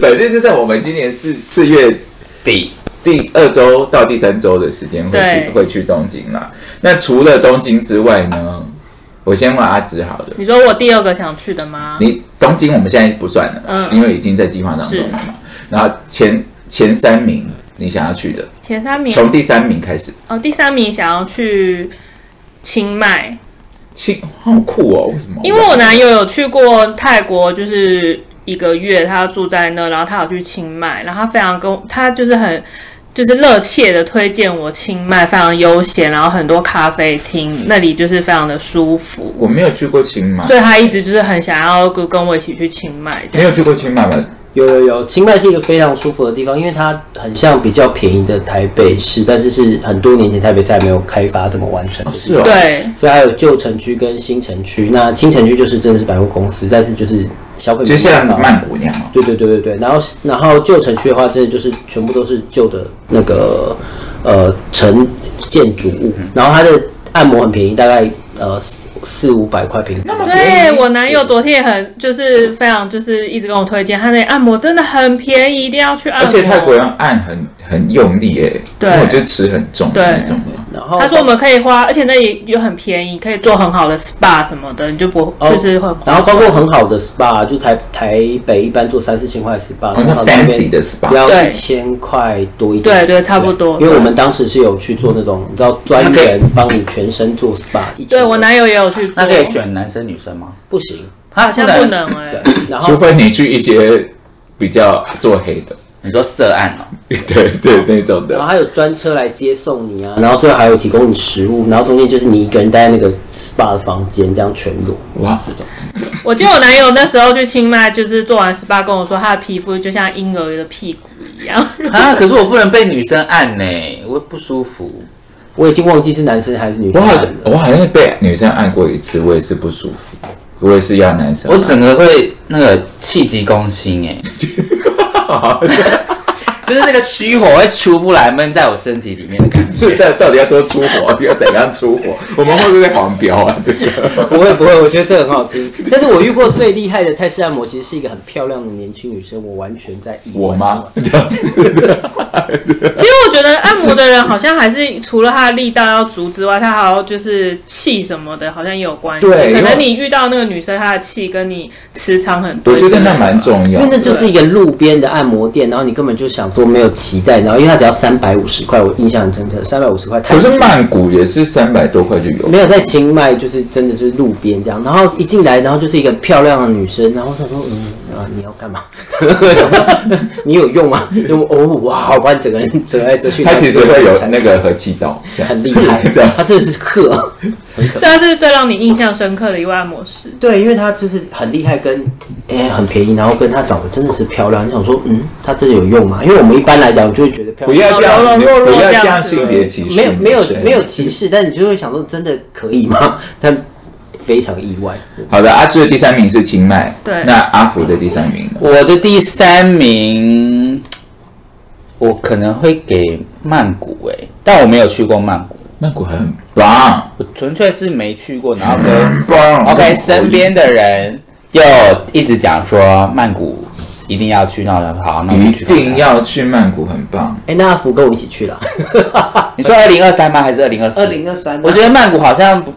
Speaker 2: 反正就在我们今年四四月
Speaker 4: 比
Speaker 2: 第二周到第三周的时间会
Speaker 3: 对
Speaker 2: 去会去东京啦。那除了东京之外呢？我先问阿紫好了，
Speaker 3: 你说我第二个想去的吗？
Speaker 2: 你东京我们现在不算了，
Speaker 3: 嗯
Speaker 2: 因为已经在计划当中了嘛。然后前前三名你想要去的，
Speaker 3: 前三名
Speaker 2: 从第三名开始，
Speaker 3: 哦，第三名想要去清迈，
Speaker 2: 清好酷哦，为什么？
Speaker 3: 因为我男友有去过泰国，就是一个月，他住在那，然后他有去清迈，然后他非常跟我他就是很就是热切的推荐我清迈，非常悠闲，然后很多咖啡厅，那里就是非常的舒服，
Speaker 2: 我没有去过清迈，
Speaker 3: 所以他一直就是很想要跟跟我一起去清迈。
Speaker 2: 没有去过清迈吧？
Speaker 5: 有有有，清迈是一个非常舒服的地方，因为它很像比较便宜的台北市，但是是很多年前台北市还没有开发这么完成的
Speaker 2: 是
Speaker 5: 地方。
Speaker 2: 哦，，
Speaker 3: 对，
Speaker 5: 所以还有旧城区跟新城区。那新城区就是真的是百货公司，但是就是消费
Speaker 2: 就像
Speaker 5: 慢。
Speaker 2: 曼谷那样哦。
Speaker 5: 对对对对对，然后然后旧城区的话，真的就是全部都是旧的那个呃城建筑物，
Speaker 2: 嗯
Speaker 5: 然后它的按摩很便宜，大概呃四四五百块平方。
Speaker 3: 对
Speaker 2: 嗯
Speaker 3: 我男友昨天也很就是非常就是一直跟我推荐，他那里按摩真的很便宜，一定要去按
Speaker 2: 而
Speaker 3: 摩。
Speaker 2: 且泰国人按很很用力诶，
Speaker 3: 对
Speaker 2: 因为我就吃很重的那种嘛。
Speaker 5: 然后
Speaker 3: 他说我们可以花，而且那里又很便宜，可以做很好的 SPA 什么的，你就不、
Speaker 5: 哦
Speaker 3: 就是会。
Speaker 5: 然后包括很好的 SPA，就台台北一般做三四千块的 SPA，
Speaker 2: 哦那
Speaker 5: 然后那边
Speaker 2: fancy 的 SPA
Speaker 5: 只要
Speaker 3: 对
Speaker 5: 一千块多一
Speaker 3: 对
Speaker 5: 点，
Speaker 3: 对差不多
Speaker 5: 因为我们当时是有去做那种，你知道专人帮你全身做 SPA，一 千
Speaker 3: 对
Speaker 5: 多
Speaker 3: 我男友也有去做，
Speaker 4: 那可以选男生女生吗？
Speaker 5: 不行，
Speaker 4: 好
Speaker 3: 好像不能哎、
Speaker 5: 然后
Speaker 2: 除非你去一些比较做黑的，
Speaker 4: 你说涉案哦，
Speaker 2: 对对那种
Speaker 5: 然
Speaker 2: 的。
Speaker 5: 后还有专车来接送你啊，然后最后还有提供你食物，然后中间就是你一个人待在那个 SPA 的房间，这样全裸。
Speaker 2: 哇，
Speaker 3: 我记得我男友那时候去清迈，就是做完 SPA 跟我说，他的皮肤就像婴儿的屁股一样。
Speaker 4: 啊，可是我不能被女生按呢、我会不舒服。
Speaker 5: 我已经忘记是男生还是女
Speaker 2: 我
Speaker 5: 生
Speaker 2: 好
Speaker 5: 了
Speaker 2: 像。我好像被女生按过一次，我也是不舒服，我也是要男生
Speaker 4: 我
Speaker 3: 啊
Speaker 2: 按。
Speaker 4: 整个会那个气急攻心 哎、就是那个虚火会出不来，闷在我身体里面的感
Speaker 2: 是
Speaker 4: 觉。
Speaker 2: 在到底要多出火， 要怎样出火？我们会不会被黄标啊？这个
Speaker 5: 不会不会，我觉得这很 好听。但是我遇过最厉害的泰式按摩，其实是一个很漂亮的年轻女生，我完全在意外。
Speaker 2: 我吗？
Speaker 3: 其实我觉得按摩的人好像还是除了他的力道要足之外，他还要就是气什么的，好像也有关系。
Speaker 2: 对
Speaker 3: 可
Speaker 2: 因为
Speaker 3: 能你遇到那个女生，她的气跟你磁场很对，
Speaker 2: 我觉得那蛮。重要
Speaker 5: 因
Speaker 2: 的
Speaker 5: 为，那就是一个路边的按摩店，然后你根本就想说没有期待，然后因为它只要三百五十块，我印象很深刻，三百五十块太
Speaker 2: 可
Speaker 5: 贵了。
Speaker 2: 是曼谷也是三百多块就有，
Speaker 5: 没有在清迈，就是真的就是路边这样，然后一进来，然后就是一个漂亮的女生，然后她说，嗯啊，你要干嘛？ 我想说你有用吗？因为哦哇，我把你整个人折来折去，
Speaker 2: 它其实会有那个和气道这样
Speaker 5: 很。厉害
Speaker 2: 这样，
Speaker 5: 她真的是克，
Speaker 3: 所以他是最让你印象深刻的一位按摩师。
Speaker 5: 对，因为她就是很厉害跟，哎很便宜，然后跟她长得真的是漂亮，你想说嗯，她真的有用吗？因为我们一般来讲就会觉得漂
Speaker 2: 不
Speaker 5: 亮。
Speaker 2: 要这
Speaker 3: 柔
Speaker 2: 样，
Speaker 3: 柔
Speaker 2: 你
Speaker 3: 弱弱
Speaker 2: 不要
Speaker 3: 这样
Speaker 2: 这样
Speaker 3: 子
Speaker 2: 性别歧视。
Speaker 5: 没有没
Speaker 2: 女
Speaker 5: 有
Speaker 2: 生
Speaker 5: 没有歧视，但你就会想说，真的可以吗？但非常意外。
Speaker 2: 好的，阿志的第三名是清迈，
Speaker 3: 对
Speaker 2: 那阿福的第三名呢？
Speaker 4: 我的第三名，我可能会给曼谷诶、但我没有去过曼谷，
Speaker 2: 曼谷很棒，
Speaker 4: 我纯粹是没去过，然后跟
Speaker 2: 很棒
Speaker 4: OK 身边的人又一直讲说曼谷一定要去，那我想说好，那我
Speaker 2: 一
Speaker 4: 们去看看
Speaker 2: 定。要去曼谷，很棒。
Speaker 5: 哎，那阿福跟我一起去了，
Speaker 4: 你说二零二三吗？还是二零二四？
Speaker 5: 二零二三，啊
Speaker 4: 我觉得曼谷好像不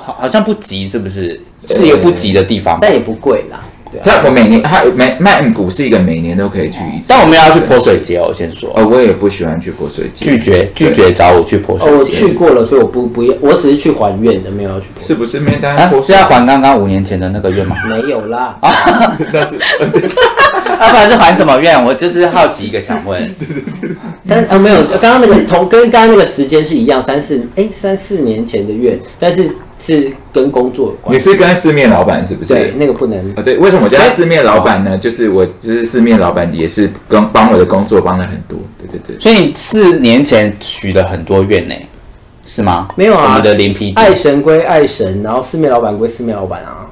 Speaker 4: 好，好像不急，是不是？是一个不急的地方吧。
Speaker 5: 但也不贵啦。对啊，
Speaker 2: 它我每年它每曼谷是一个每年都可以去一次。
Speaker 4: 但我们要去泼水节哦，我先说，
Speaker 2: 呃，我也不喜欢去泼水节，
Speaker 4: 拒绝拒绝找我去泼水
Speaker 5: 哦，我
Speaker 4: 节。
Speaker 5: 去过了，所以我不不要，我只是去还愿的，没有要去
Speaker 2: 是不是？没大家
Speaker 4: 啊
Speaker 2: 泼，
Speaker 4: 是要还刚刚五年前的那个 愿吗？
Speaker 5: 没有啦。
Speaker 2: 那是
Speaker 4: 啊，不然是还什么愿？我就是好奇一个想问，
Speaker 5: 但啊没有，刚刚那个同跟刚刚那个时间是一样，三四哎三四年前的愿，但是是跟工作有
Speaker 2: 你
Speaker 5: 关。
Speaker 2: 是跟四面老板是不是？
Speaker 5: 对，那个不能。
Speaker 2: 啊，对，为什么我叫他四面老板呢？就是我，就是四面老板也是跟帮我的工作帮了很多。对对对，
Speaker 4: 所以你四年前许了很多愿呢、是吗？
Speaker 5: 没有
Speaker 4: 我
Speaker 5: 啊
Speaker 4: 们的林皮，
Speaker 5: 爱神归爱神，然后四面老板归四面老板啊。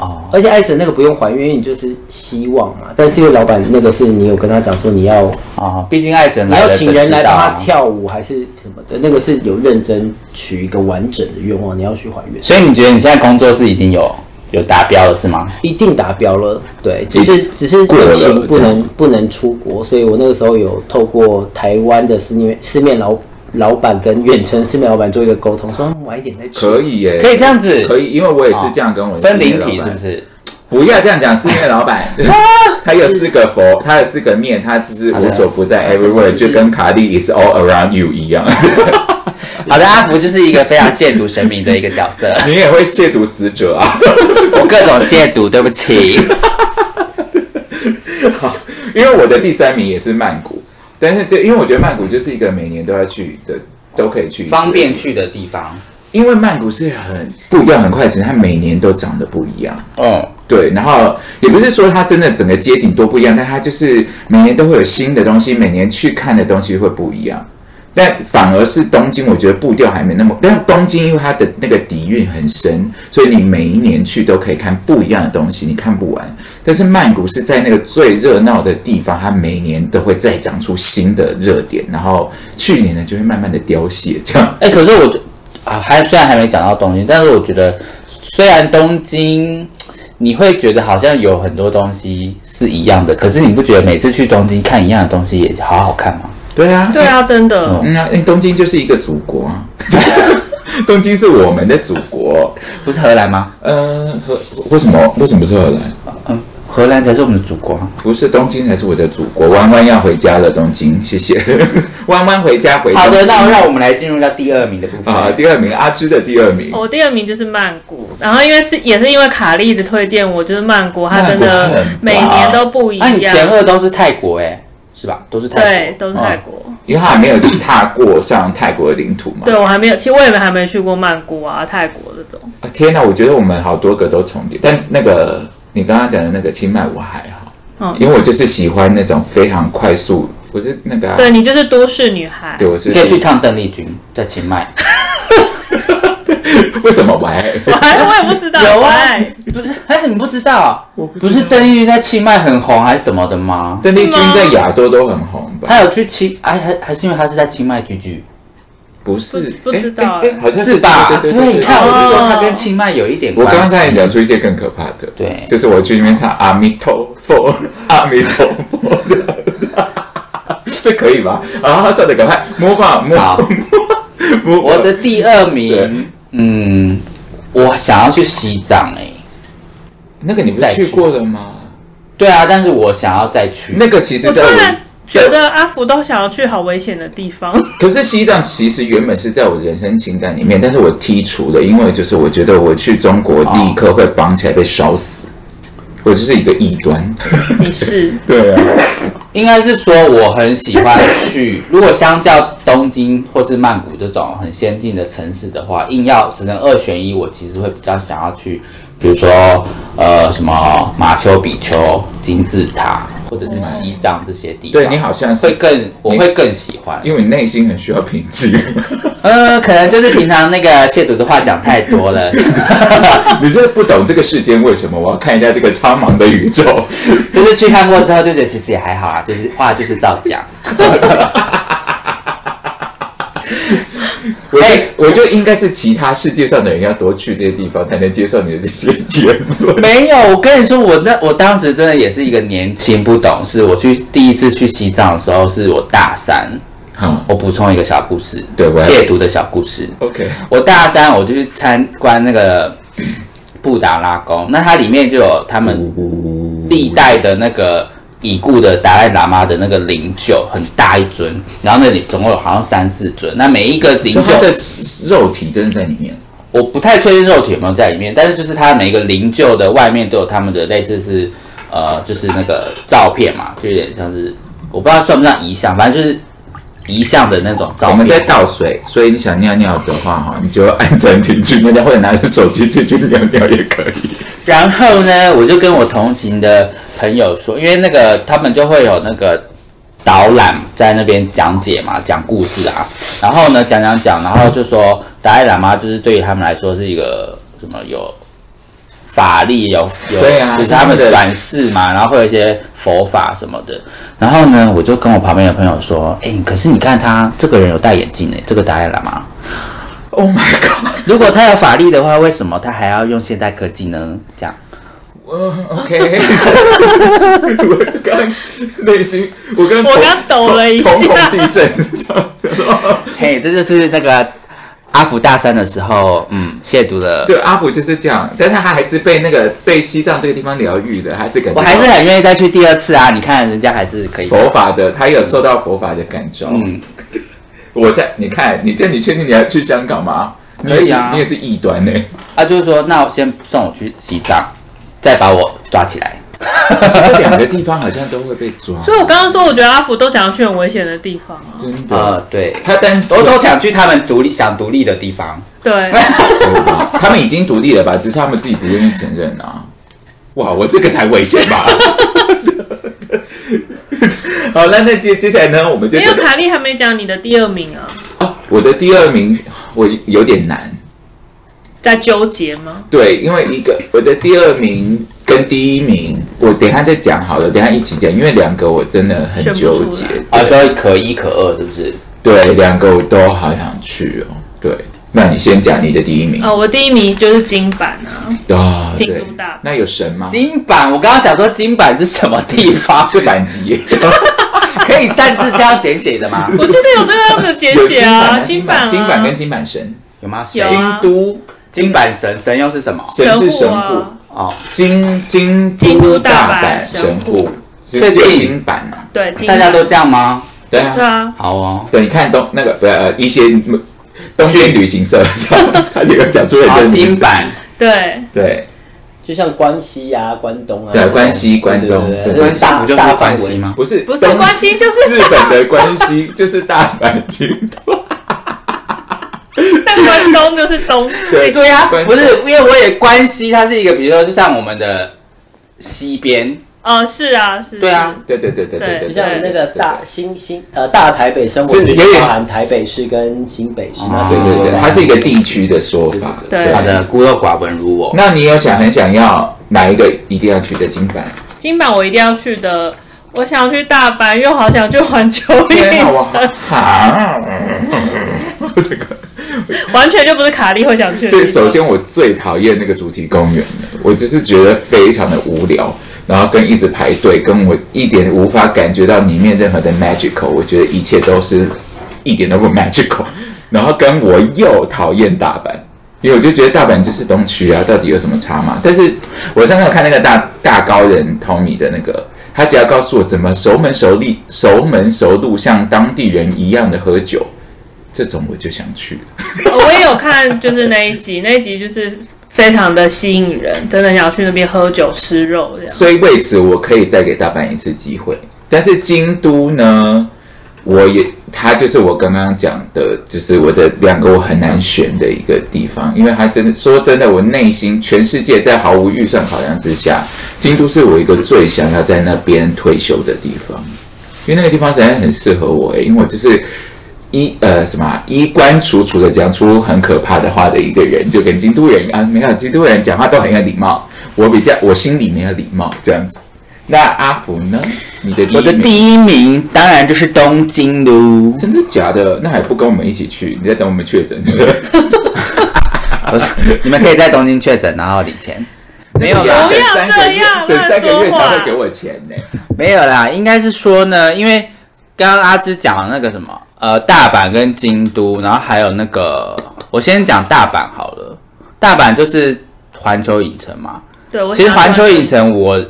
Speaker 4: 哦，
Speaker 5: 而且爱神那个不用还愿，因为你就是希望嘛。但是因为老板那个是你有跟他讲说你要
Speaker 4: 哦，毕竟爱神
Speaker 5: 你
Speaker 4: 来
Speaker 5: 要
Speaker 4: 了，
Speaker 5: 请人
Speaker 4: 谁
Speaker 5: 来
Speaker 4: 知道
Speaker 5: 帮
Speaker 4: 啊
Speaker 5: 他跳舞还是什么的，那个是有认真取一个完整的愿望，你要去还愿，
Speaker 4: 所以你觉得你现在工作是已经有有达标了是吗？
Speaker 5: 一定达标了。对，只是只是
Speaker 2: 过了
Speaker 5: 疫情不
Speaker 2: 这样
Speaker 5: 能不能出国，所以我那个时候有透过台湾的四面四面老老板跟远程四面老板做一个沟通，说嗯晚一点再去。
Speaker 2: 可以耶，
Speaker 4: 可以这样子，
Speaker 2: 可以，因为我也是这样跟我的
Speaker 4: 分
Speaker 2: 四面
Speaker 4: 灵
Speaker 2: 老
Speaker 4: 体
Speaker 2: 板
Speaker 4: 是不？啊是？
Speaker 2: 不要这样讲，四面老 板，他有四个佛，他有四个面，他只是无所不在，everywhere，就跟卡利 is all around you 一样。
Speaker 4: 好的，阿福就是一个非常亵渎神明的一个角 色，
Speaker 2: 你也会亵渎死者啊，
Speaker 4: 我各种亵渎，对不起。
Speaker 2: 因为我的第三名也是曼谷，但是这因为我觉得曼谷就是一个每年都要去的，都可以去一次
Speaker 4: 方便去的地方，
Speaker 2: 因为曼谷是很步调很快的城市，它每年都长得不一样。
Speaker 4: 嗯，
Speaker 2: 对，然后也不是说它真的整个街景都不一样，但它就是每年都会有新的东西，每年去看的东西会不一样。但反而是东京，我觉得步调还没那么，但东京因为它的那个底蕴很深，所以你每一年去都可以看不一样的东西，你看不完。但是曼谷是在那个最热闹的地方，它每年都会再长出新的热点，然后去年呢就会慢慢的凋谢，这样
Speaker 4: 哎、可是我觉啊，还虽然还没讲到东京，但是我觉得虽然东京你会觉得好像有很多东西是一样的，可是你不觉得每次去东京看一样的东西也好好看吗？
Speaker 2: 对啊，
Speaker 3: 对啊，真的。
Speaker 2: 嗯啊，因为东京就是一个祖国啊， 东京是我们的祖国。
Speaker 4: 不是荷兰吗？
Speaker 2: 呃，荷为什么为什么是荷兰？
Speaker 4: 嗯，荷兰才是我们的祖国啊。
Speaker 2: 不是东京才是我的祖国。弯弯要回家了，东京，谢谢。 弯弯回家回东
Speaker 4: 好
Speaker 2: 京。
Speaker 4: 的，那让我们来进入到第二名的部分。
Speaker 2: 啊，第二名阿芝的第二名，
Speaker 4: 哦
Speaker 3: 我哦第二名就是曼谷，然后因为是也是因为卡莉一直推荐我，就是曼谷，它
Speaker 2: 曼
Speaker 3: 真
Speaker 2: 谷
Speaker 3: 的
Speaker 2: 很棒
Speaker 3: 每年都不一
Speaker 4: 那、
Speaker 3: 样。
Speaker 4: 啊你前二都是泰国哎、是吧？都是泰国，
Speaker 3: 对，都是泰国。
Speaker 2: 因为他还没有踏过上泰国的领土嘛。
Speaker 3: 对我还没有，其实我也还没去过曼谷啊、泰国这种。
Speaker 2: 啊天哪，我觉得我们好多个都重叠，但那个你刚刚讲的那个清迈我还好，
Speaker 3: 嗯
Speaker 2: 因为我就是喜欢那种非常快速，我是那个、啊，
Speaker 3: 对你就是都市女孩，
Speaker 2: 对，我是
Speaker 4: 哦你可以去唱邓丽君在清迈。
Speaker 2: 为什么我还？
Speaker 3: 我还 我也不知道。
Speaker 4: 有啊
Speaker 3: 哎，
Speaker 4: 不是，哎，你不知道？不是邓丽君在清迈很红还是什么的吗？
Speaker 2: 邓丽君在亚洲都很红吧？
Speaker 4: 她有去清，哎，还还是因为她是在清迈居住，
Speaker 2: 不是，
Speaker 3: 不
Speaker 2: 诶
Speaker 3: 知道
Speaker 2: 诶诶好像
Speaker 4: 啊是吧？
Speaker 2: 对对对
Speaker 4: 你
Speaker 2: 对
Speaker 4: 看，我就说
Speaker 3: 哦
Speaker 4: 她跟清迈有一点
Speaker 2: 我
Speaker 4: 关系。
Speaker 2: 刚刚差点讲出一些更可怕的，
Speaker 4: 对
Speaker 2: 就是 我去那边唱阿弥陀佛，阿弥陀佛，这可以吧？啊，他算的赶快，摸吧摸
Speaker 4: 好，
Speaker 2: 摸。
Speaker 4: 我的第二
Speaker 2: 对
Speaker 4: 名，嗯，我想要去西藏哎、
Speaker 2: 那个你不是
Speaker 4: 再
Speaker 2: 去
Speaker 4: 去
Speaker 2: 过了吗？
Speaker 4: 对啊，但是我想要再去。
Speaker 2: 那个其实
Speaker 3: 我突
Speaker 2: 在我
Speaker 3: 然觉得阿福都想要去好危险的地方，
Speaker 2: 可是西藏其实原本是在我人生清单里面，但是我剔除了，因为就是我觉得我去中国立刻会绑起来被烧死，我就是一个异 端。
Speaker 3: 你是
Speaker 2: 对啊，
Speaker 4: 应该是说我很喜欢去， 如果相较东京或是曼谷这种很先进的城市的话，硬要只能二选一，我其实会比较想要去，比如说呃什么马丘比丘、金字塔或者是西藏这些地方。
Speaker 2: 对你好像
Speaker 4: 会
Speaker 2: 是，
Speaker 4: 更我会更喜欢，
Speaker 2: 因为你内心很需要平静，
Speaker 4: 呃，可能就是平常那个亵渎的话讲太多 了，
Speaker 2: 你就是不懂这个世间为什么我要看一下这个苍茫的宇宙。
Speaker 4: 就是去看过之后就觉得其实也还好啊，就是话就是照讲。
Speaker 2: 我
Speaker 4: 哎
Speaker 2: 就 我就应该是其他世界上的人要多去这些地方，才能接受你的这些 言论。
Speaker 4: 没有，我跟你说，我那我当时真的也是一个年轻不懂事。我去第一次去西藏的时候，是我大三。
Speaker 2: 好
Speaker 4: 我补充一个小故事，
Speaker 2: 对我要
Speaker 4: 亵渎的小故事。
Speaker 2: ，OK，
Speaker 4: 我大三我就去参观那个 布达拉宫，那它里面就有他们历代的那个已故的达赖喇嘛的那个灵柩，很大一尊，然后那里总共有好像三四尊，那每一个灵
Speaker 2: 所以他
Speaker 4: 柩
Speaker 2: 的肉体真的在里面。
Speaker 4: 我不太确定肉体有没有在里面，但是就是它每一个灵柩的外面都有他们的类似是呃，就是那个照片嘛，就有点像是我不知道算不算遗像，反正就是遗像的那种照
Speaker 2: 我
Speaker 4: 片。
Speaker 2: 们在倒水，所以你想尿尿的话，哈，你就按暂停去尿尿，或者拿着手机进去尿尿也可以。
Speaker 4: 然后呢，我就跟我同行的朋友说，因为那个他们就会有那个导览在那边讲解嘛，讲故事啊。然后呢，讲讲讲，然后就说达赖喇嘛就是对于他们来说是一个什么有法力，有有，
Speaker 2: 对啊
Speaker 4: 就是他
Speaker 2: 他们
Speaker 4: 们
Speaker 2: 的
Speaker 4: 的转世嘛，然后会有一些佛法什么的。然后呢，我就跟我旁边的朋友说，哎，可是你看他这个人有戴眼镜诶，这个达赖喇嘛。
Speaker 2: Oh my god！
Speaker 4: 如果他有法力的话，为什么他还要用现代科技呢？这样。
Speaker 2: 我 OK，我刚内心，我刚
Speaker 3: 我刚抖了一下
Speaker 2: 瞳孔地震，这样子
Speaker 4: 嘿，这就是那个阿福大三的时候，嗯，亵渎了。
Speaker 2: 对，阿福就是这样，但是他还是被那个被西藏这个地方疗愈的，还是感觉
Speaker 4: 我还是很愿意再去第二次啊！你看人家还是可以。
Speaker 2: 佛法的，他有受到佛法的感召。
Speaker 4: 嗯，
Speaker 2: 我在，你看，你这你确定你要去香港吗？你也
Speaker 4: 可以
Speaker 2: 是
Speaker 4: 啊
Speaker 2: 你也是异端呢、
Speaker 4: 啊，就是说，那我先送我去西藏，再把我抓起来。
Speaker 2: 而且这两个地方好像都会被抓，
Speaker 3: 所以我刚刚说，我觉得阿福都想要去很危险的地方啊。
Speaker 2: 真的。
Speaker 4: 呃，对，
Speaker 2: 他单
Speaker 4: 我都想去他们独立、想独立的地方。
Speaker 3: 对，
Speaker 2: 他们已经独立了吧？只是他们自己不愿意承认啊。哇，我这个才危险吧？ 好，那那接接下来呢，我们就
Speaker 3: 因为卡莉还没讲你的第二名啊，
Speaker 2: 我的第二名，我有点难。
Speaker 3: 在纠结吗？
Speaker 2: 对，因为一个我的第二名跟第一名，我等一下再讲好了，等一下一起讲，因为两个我真的很
Speaker 3: 选不
Speaker 2: 纠
Speaker 3: 出
Speaker 2: 结
Speaker 3: 来。
Speaker 4: 啊，所以可一可二，是不是？
Speaker 2: 对，两个我都好想去哦。对，那你先讲你的第一名
Speaker 3: 哦，我第一名就是金版啊，
Speaker 2: 啊，
Speaker 3: 京
Speaker 2: 对
Speaker 3: 都大，
Speaker 2: 那有神吗？啊
Speaker 4: 金版，我刚刚想说金版是什么地 方？
Speaker 2: 是反 击。
Speaker 4: 可以擅自这样简写的吗？
Speaker 3: 我记得有这个样子简
Speaker 2: 有
Speaker 3: 写啊，金
Speaker 2: 版、
Speaker 3: 版、
Speaker 2: 金
Speaker 3: 版
Speaker 2: 版跟金版神，
Speaker 4: 有吗？
Speaker 3: 有
Speaker 4: 神
Speaker 3: 啊
Speaker 2: 京都
Speaker 4: 金版神神又是什么？
Speaker 2: 神是神户
Speaker 3: 啊，，
Speaker 4: 哦，
Speaker 2: 京京
Speaker 3: 京都
Speaker 2: 大
Speaker 3: 大阪
Speaker 2: 神
Speaker 3: 神
Speaker 2: 户
Speaker 3: 户，
Speaker 2: 是
Speaker 4: 所以
Speaker 2: 金版啊，
Speaker 3: 对，金
Speaker 4: 大家都这样吗？
Speaker 2: 对
Speaker 3: 对
Speaker 2: 啊，
Speaker 3: 啊，
Speaker 4: 好哦。
Speaker 2: 对，你看东那个不呃一些东京旅行 社，差点要讲出来
Speaker 4: 好，
Speaker 3: 哦
Speaker 2: 的
Speaker 4: 金，版
Speaker 3: 对，
Speaker 2: 对
Speaker 5: 就像关西啊、关东啊，
Speaker 2: 对关西关东
Speaker 5: 对
Speaker 2: 对
Speaker 5: 对
Speaker 4: 跟大不就是
Speaker 5: 大
Speaker 4: 关系？吗？
Speaker 2: 不是
Speaker 3: 不是关系，就是
Speaker 2: 东日本的关西就是大 阪京都，
Speaker 3: 但关东就是东
Speaker 2: 对
Speaker 3: 西，
Speaker 4: 对呀、
Speaker 2: 关
Speaker 4: 不是，因为我也关西，它是一个，比如说，就像我们的西边，
Speaker 3: 哦，是啊，是，
Speaker 4: 对啊，
Speaker 2: 对对对对对对，
Speaker 5: 就像那个大新新呃大台北生活
Speaker 2: 是
Speaker 5: 圈
Speaker 2: 有点
Speaker 5: 包含台北市跟新北市，那
Speaker 4: 哦
Speaker 5: 所
Speaker 2: 对
Speaker 5: 以
Speaker 2: 对
Speaker 5: 就
Speaker 2: 对，它是一个地区的说法，
Speaker 3: 对
Speaker 4: 好的，孤陋寡闻如我。
Speaker 2: 那你有想很想要哪一个一定要去的金版？
Speaker 3: 金版我一定要去的，我想去大阪，又好想去环球影
Speaker 2: 天啊，我
Speaker 3: 城，
Speaker 2: 好， 这个
Speaker 3: 完全就不是卡莉会想 去的地方。
Speaker 2: 对，首先我最讨厌那个主题公园了，我只是觉得非常的无聊。然后跟一直排队，跟我一点无法感觉到里面任何的 magical，我觉得一切都是一点都不 magical。然后跟我又讨厌大阪，因为我就觉得大阪就是东区啊，到底有什么差嘛？但是我上次有看那个大大高人 Tommy 的那个，他只要告诉我怎么熟门熟利、熟门熟路，像当地人一样的喝酒，这种我就想去了。
Speaker 3: 我也有看，就是那一集，那一集就是非常的吸引人，真的想要去那边喝酒吃肉这样。
Speaker 2: 所以为此我可以再给大阪一次机会。但是京都呢，我也它就是我刚刚讲的，就是我的两个我很难选的一个地方，因为它真的说真的，我内心全世界在毫无预算考量之下，京都是我一个最想要在那边退休的地方，因为那个地方实在很适合我、欸诶因为我就是。衣呃什么啊衣冠楚楚的讲出很可怕的话的一个人，就跟京都人啊没有京都人讲话都很有礼貌，我比较我心里没有礼貌这样子。那阿福呢？你的第一
Speaker 4: 我的
Speaker 2: 名
Speaker 4: 第一名当然就是东京喽。
Speaker 2: 真的假的？那还不跟我们一起去？你在等我们确诊？
Speaker 4: 我说 你们可以在东京确诊，然后领钱。没有啦
Speaker 2: 等，三个月
Speaker 3: 不要
Speaker 2: 等
Speaker 3: 这样
Speaker 2: 三个
Speaker 3: 乱
Speaker 2: 月
Speaker 3: 说话
Speaker 2: 才会给我钱呢、
Speaker 4: 没有啦，应该是说呢，因为刚刚阿芝讲了那个什么，呃，大阪跟京都，然后还有那个，我先讲大阪好了。大阪就是环球影城嘛，
Speaker 3: 对，我
Speaker 4: 其实
Speaker 3: 想要
Speaker 4: 环球
Speaker 3: 去
Speaker 4: 影城我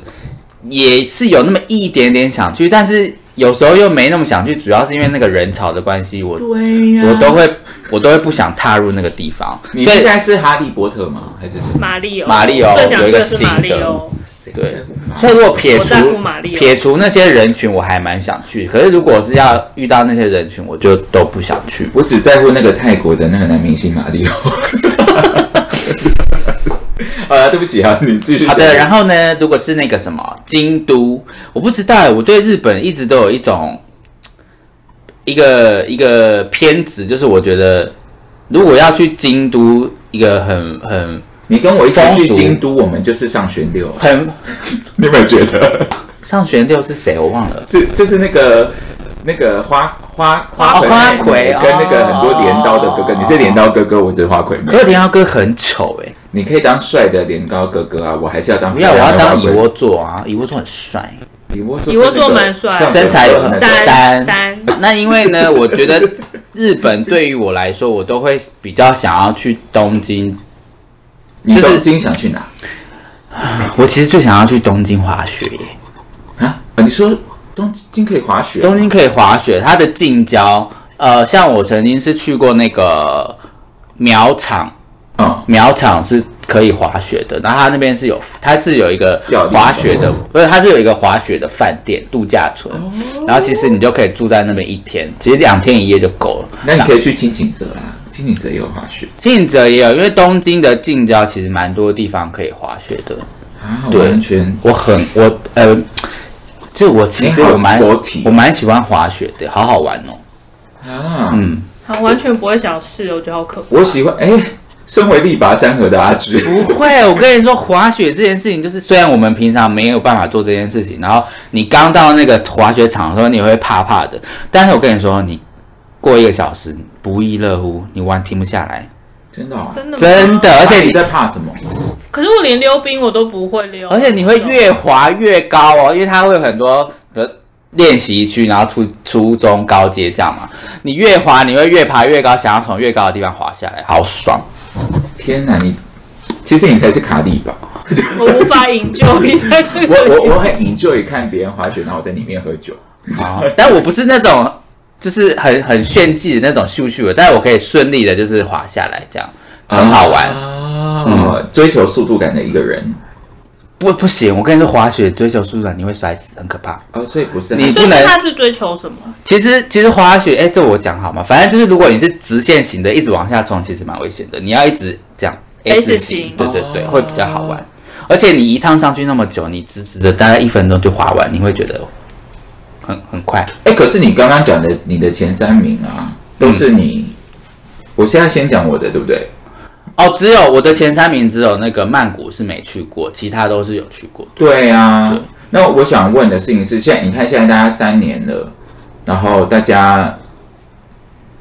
Speaker 4: 也是有那么一点点想去，但是有时候又没那么想去，主要是因为那个人潮的关系，我
Speaker 2: 对呀
Speaker 4: 我都会我都会不想踏入那个地方。
Speaker 2: 你
Speaker 4: 所
Speaker 2: 是
Speaker 4: 以
Speaker 2: 现在是哈利波特吗？还是什么？
Speaker 3: 马里奥，
Speaker 4: 马里奥
Speaker 3: 最想
Speaker 4: 有一
Speaker 3: 去
Speaker 4: 个
Speaker 3: 的是马里
Speaker 4: 新的
Speaker 3: 奥。
Speaker 4: 对，所以如果撇除
Speaker 3: 我在乎玛丽哦
Speaker 4: 撇除那些人群，我还蛮想去。可是如果是要遇到那些人群，我就都不想去。
Speaker 2: 我只在乎那个泰国的那个男明星马里奥。 好了，对不起啊，你继续讲。
Speaker 4: 好的，然后呢，如果是那个什么京都，我不知道，我对日本一直都有一种一个一个偏执，就是我觉得如果要去京都，一个很很
Speaker 2: 你跟我一起
Speaker 4: 风
Speaker 2: 去
Speaker 4: 俗
Speaker 2: 京都，我们就是上玄 六啊。
Speaker 4: 很
Speaker 2: 你有没有觉得？
Speaker 4: 上玄六是谁？我忘了。
Speaker 2: 就就是那个那个花花花
Speaker 4: 哦花魁
Speaker 2: 跟那个很多镰刀的哥哥，
Speaker 4: 哦
Speaker 2: 你是镰刀哥哥，我是花魁妹
Speaker 4: 可。是林耀哥很丑哎、
Speaker 2: 你可以当帅的镰刀哥哥啊，我还是要当
Speaker 4: 不要，我
Speaker 2: 漂
Speaker 4: 要
Speaker 2: 亮的花
Speaker 4: 当
Speaker 2: 魁
Speaker 4: 蚁窝座啊！蚁窝座很帅。
Speaker 2: 蚁窝座
Speaker 3: 蚁窝
Speaker 2: 是那个
Speaker 3: 座蛮帅
Speaker 2: 上
Speaker 4: 身材有很
Speaker 2: 那个
Speaker 3: 三
Speaker 4: 三
Speaker 3: 三
Speaker 4: 那因为 呢，我觉得日本对于我来说，我都会比较想要去东京。
Speaker 2: 你
Speaker 4: 就是
Speaker 2: 东京想去哪
Speaker 4: 我其实最想要去东京滑雪耶，
Speaker 2: 啊？啊你说东京可以滑雪？
Speaker 4: 东京可以滑雪，它的近郊，呃，像我曾经是去过那个苗场，
Speaker 2: 嗯，
Speaker 4: 苗场是可以滑雪的，然后它那边是有，它是有一个
Speaker 2: 教练
Speaker 4: 滑雪的，不是，它是有一个滑雪的饭店度假村，
Speaker 2: 哦
Speaker 4: 然后其实你就可以住在那边一天，其实两天一夜就够了。
Speaker 2: 那你可以去清景泽啦，清景泽也有滑雪
Speaker 4: 近则也有，因为东京的近郊其实蛮多地方可以滑雪的。
Speaker 2: 啊，
Speaker 4: 对
Speaker 2: 完全。
Speaker 4: 我很我呃，就我其实
Speaker 2: 你好
Speaker 4: 我蛮
Speaker 2: sporty
Speaker 4: 我蛮喜欢滑雪的，好好玩哦。嗯
Speaker 2: 啊，
Speaker 3: 他完全不会想试，我觉得好可怕。
Speaker 2: 我喜欢哎，身为力拔山河的阿芝，
Speaker 4: 不会，我跟你说，滑雪这件事情就是，虽然我们平常没有办法做这件事情，然后你刚到那个滑雪场的时候，你会怕怕的。但是我跟你说，你过一个小时不亦乐乎，你玩停不下来，
Speaker 2: 真的哦，
Speaker 3: 真的吗
Speaker 4: 真的。而且
Speaker 2: 啊你
Speaker 4: 你，
Speaker 2: 在怕什么？
Speaker 3: 可是我连溜冰我都不会溜，
Speaker 4: 而且你会越滑越高哦，因为它会有很多比如练习区，然后初初中高阶这样嘛。你越滑，你会越爬越高，想要从越高的地方滑下来，好爽。
Speaker 2: 天哪，你其实你才是卡利吧？
Speaker 3: 我无法营救你在这
Speaker 2: 我
Speaker 3: 个。
Speaker 2: 我我很 enjoy 看别人滑雪，然后我在里面喝酒。
Speaker 4: 啊！ 但我不是那种就是很很炫技的那种咻咻的，但是我可以顺利的就是滑下来，这样
Speaker 2: 啊
Speaker 4: 很好玩。
Speaker 2: 哦，追求速度感的一个人
Speaker 4: 不不行，我跟你说，滑雪追求速度感你会摔死，很可怕。
Speaker 2: 哦，所以不是
Speaker 4: 你
Speaker 3: 所以他是追求什么？
Speaker 4: 其实其实滑雪，哎、这我讲好吗？反正就是如果你是直线型的，一直往下冲，其实蛮危险的。你要一直这样
Speaker 3: S 型
Speaker 4: 对对对，会比较好玩。而且你一趟上去那么久，你直直的大概一分钟就滑完，你会觉得很很快。
Speaker 2: 哎，可是你刚刚讲的你的前三名啊，都是你。我现在先讲我的，对不对？
Speaker 4: 哦，只有我的前三名只有那个曼谷是没去过，其他都是有去过。
Speaker 2: 对啊。那我想问的事情是，现在你看，现在大家三年了，然后大家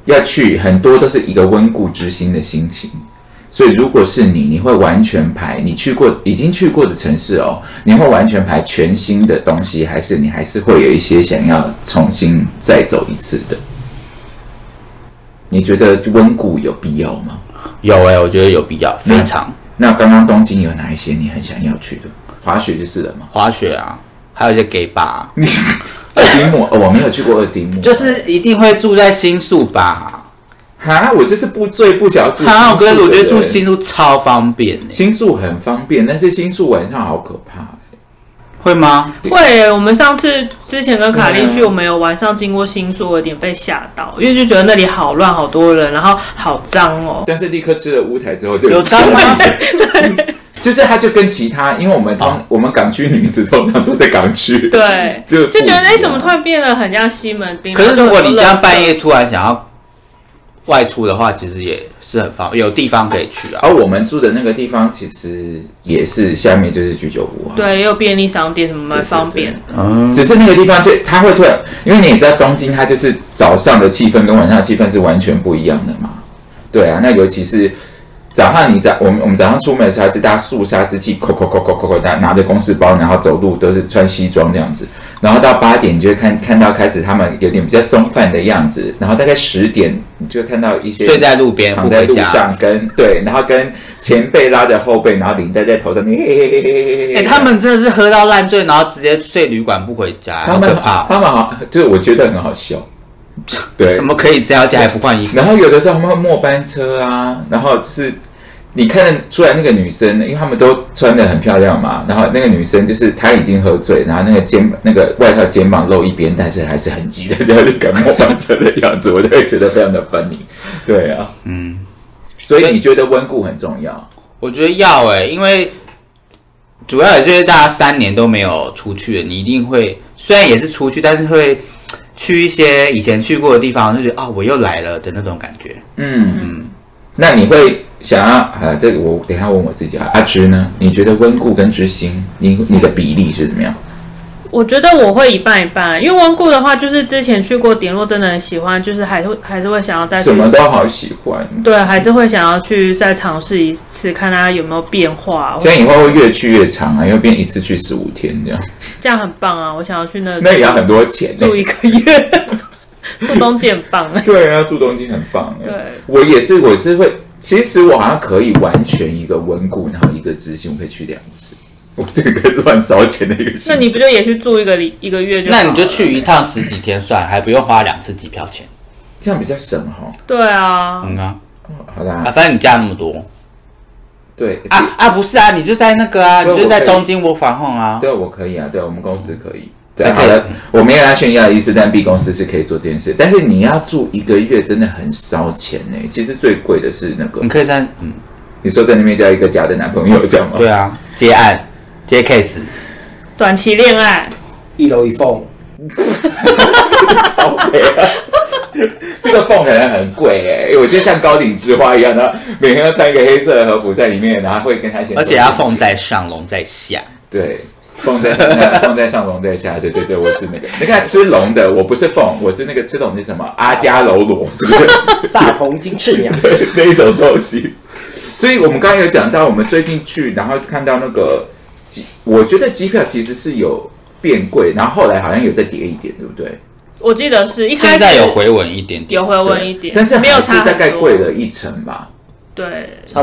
Speaker 2: 要去很多都是一个温故知新的心情。所以如果是你，你会完全排你去过已经去过的城市哦，你会完全排全新的东西，还是你还是会有一些想要重新再走一次的？你觉得温故有必要吗？
Speaker 4: 有哎、我觉得有必要，非常
Speaker 2: 那刚刚东京有哪一些你很想要去的？滑雪就是了嘛。
Speaker 4: 滑雪啊，还有一些 gay 吧、
Speaker 2: 你二丁目、哦，我没有去过二丁目，
Speaker 4: 就是一定会住在新宿吧。
Speaker 2: 哈，我就是不最不想要住新宿的人。
Speaker 4: 啊，我觉得我觉得住新宿超方便、欸，
Speaker 2: 新宿很方便，但是新宿晚上好可怕、
Speaker 4: 会吗？
Speaker 3: 会，我们上次之前跟卡莉去，
Speaker 2: 嗯
Speaker 3: 我们有晚上经过新宿，有点被吓到，因为就觉得那里好乱，好多人，然后好脏哦。
Speaker 2: 但是立刻吃了乌台之后就
Speaker 4: 有脏吗？
Speaker 2: 就是它就跟其他，因为我们通、
Speaker 4: 哦
Speaker 2: 我们港区女子通常都在港区，
Speaker 3: 对，
Speaker 2: 就
Speaker 3: 就觉得
Speaker 2: 不一
Speaker 3: 哎、
Speaker 2: 样
Speaker 3: 怎么突然变得很像西门町？
Speaker 4: 哦可是如果你这样半夜
Speaker 3: 然后
Speaker 4: 突然想要外出的话，其实也是很方便，有地方可以去啊。
Speaker 2: 而我们住的那个地方其实也是下面就是居酒屋啊，
Speaker 3: 都有垃圾，对，也有便利商店，什么蛮方便的。
Speaker 4: 嗯，
Speaker 2: 只是那个地方就它会突然，因为你也知道东京，它就是早上的气氛跟晚上的气氛是完全不一样的嘛。对啊，那尤其是早上你早我们我们早上出门的时候，就大家肃杀之气，扣扣扣扣扣扣，拿拿着公事包，然后走路都是穿西装这样子。然后到八点，你就会看看到开始他们有点比较松散的样子。然后大概十点，你就会看到一些
Speaker 4: 睡在路边，
Speaker 2: 躺
Speaker 4: 不
Speaker 2: 在
Speaker 4: 回
Speaker 2: 路
Speaker 4: 家。
Speaker 2: 上跟对，然后跟前辈拉着后背，然后领带在头上，嘿嘿嘿嘿嘿嘿嘿。
Speaker 4: 哎、他们真的是喝到烂醉，然后直接睡旅馆不回家，
Speaker 2: 他
Speaker 4: 好可
Speaker 2: 们
Speaker 4: 怕哦、
Speaker 2: 他们好，就是我觉得很好 笑，对
Speaker 4: 怎。么可以这样，而且还不换衣服？
Speaker 2: 然后有的时候他们会末班车啊，然后就是你看得出来那个女生，因为他们都穿的很漂亮嘛，然后那个女生就是她已经喝醉，然后那个肩那个外套肩膀露一边，但是还是很急的在那里赶末班车的样子，我就会觉得非常的 funny。对啊，嗯，所以你觉得温故很重要？
Speaker 4: 我觉得要哎、因为主要也就是大家三年都没有出去了，你一定会虽然也是出去，但是会去一些以前去过的地方，就觉得啊、我又来了的那种感觉。
Speaker 2: 嗯，那你会想要啊？这个我等一下问我自己啊。阿芝呢？你觉得温故跟知心，你你的比例是怎么样？
Speaker 3: 我觉得我会一半一半，因为温故的话，就是之前去过点落，真的很喜欢，就是还是会还是会想要再去
Speaker 2: 什么都好喜欢，
Speaker 3: 对，还是会想要去再尝试一次，看它有没有变化。我
Speaker 2: 这样以后会越去越长啊，因为变一次去十五天这样，
Speaker 3: 这样很棒啊！我想要去那
Speaker 2: 那也要很多钱、
Speaker 3: 住
Speaker 2: 欸。
Speaker 3: 一个月， 住东京很棒。
Speaker 2: 对啊，住东京很棒、欸。
Speaker 3: 对，
Speaker 2: 我也是，我是会，其实我好像可以完全一个温故，然后一个知性，我可以去两次。我这个乱烧钱的一个事情。
Speaker 3: 那你不就也去住一个礼一个月就好
Speaker 4: 那
Speaker 3: 了？
Speaker 4: 你就去一趟十几天算了，还不用花两次机票钱。
Speaker 2: 这样比较省哈、
Speaker 3: 对啊，
Speaker 4: 嗯啊，
Speaker 2: 好
Speaker 4: 啊，
Speaker 2: 啦，
Speaker 4: 反正你假那么多
Speaker 2: 对
Speaker 4: 啊啊，不是啊，你就在那个啊，
Speaker 2: 对
Speaker 4: 你就在
Speaker 2: 我可以
Speaker 4: 东京我返红啊。
Speaker 2: 对，我可以啊，对我们公司可以。对，
Speaker 4: 还可
Speaker 2: 好
Speaker 4: 以
Speaker 2: 了，我没有要炫耀的意思，但 B 公司是可以做这件事。但是你要住一个月，真的很烧钱呢、其实最贵的是那个
Speaker 4: 你，可以在嗯，
Speaker 2: 你说在那边交一个假的男朋友，这样吗？
Speaker 4: 对啊，接案接 case，
Speaker 3: 短期恋爱，
Speaker 5: 一楼一缝，
Speaker 2: 啊这个凤可能很贵哎、我觉得像高顶之花一样，然后每天都穿一个黑色的和服在里面，然后会跟他先，
Speaker 4: 而且要凤在上龙在下。
Speaker 2: 对。凤在上，凤在上，龙在下，对对对，我是那个，你看吃龙的，我不是凤，我是那个吃龙的什么阿加楼罗，是不是？
Speaker 5: 大鹏金翅鸟，
Speaker 2: 对，那一种东西。所以我们刚刚有讲到，我们最近去，然后看到那个机，我觉得机票其实是有变贵，然后后来好像有再跌一点，对不对？
Speaker 3: 我记得是一开
Speaker 4: 现
Speaker 3: 始
Speaker 4: 在有回稳一点点，
Speaker 3: 有回温
Speaker 2: 对
Speaker 3: 一点，
Speaker 2: 但是
Speaker 3: 没有
Speaker 2: 还是
Speaker 3: 差很
Speaker 2: 大概
Speaker 3: 多
Speaker 2: 贵，了一成吧。
Speaker 3: 对，
Speaker 5: 差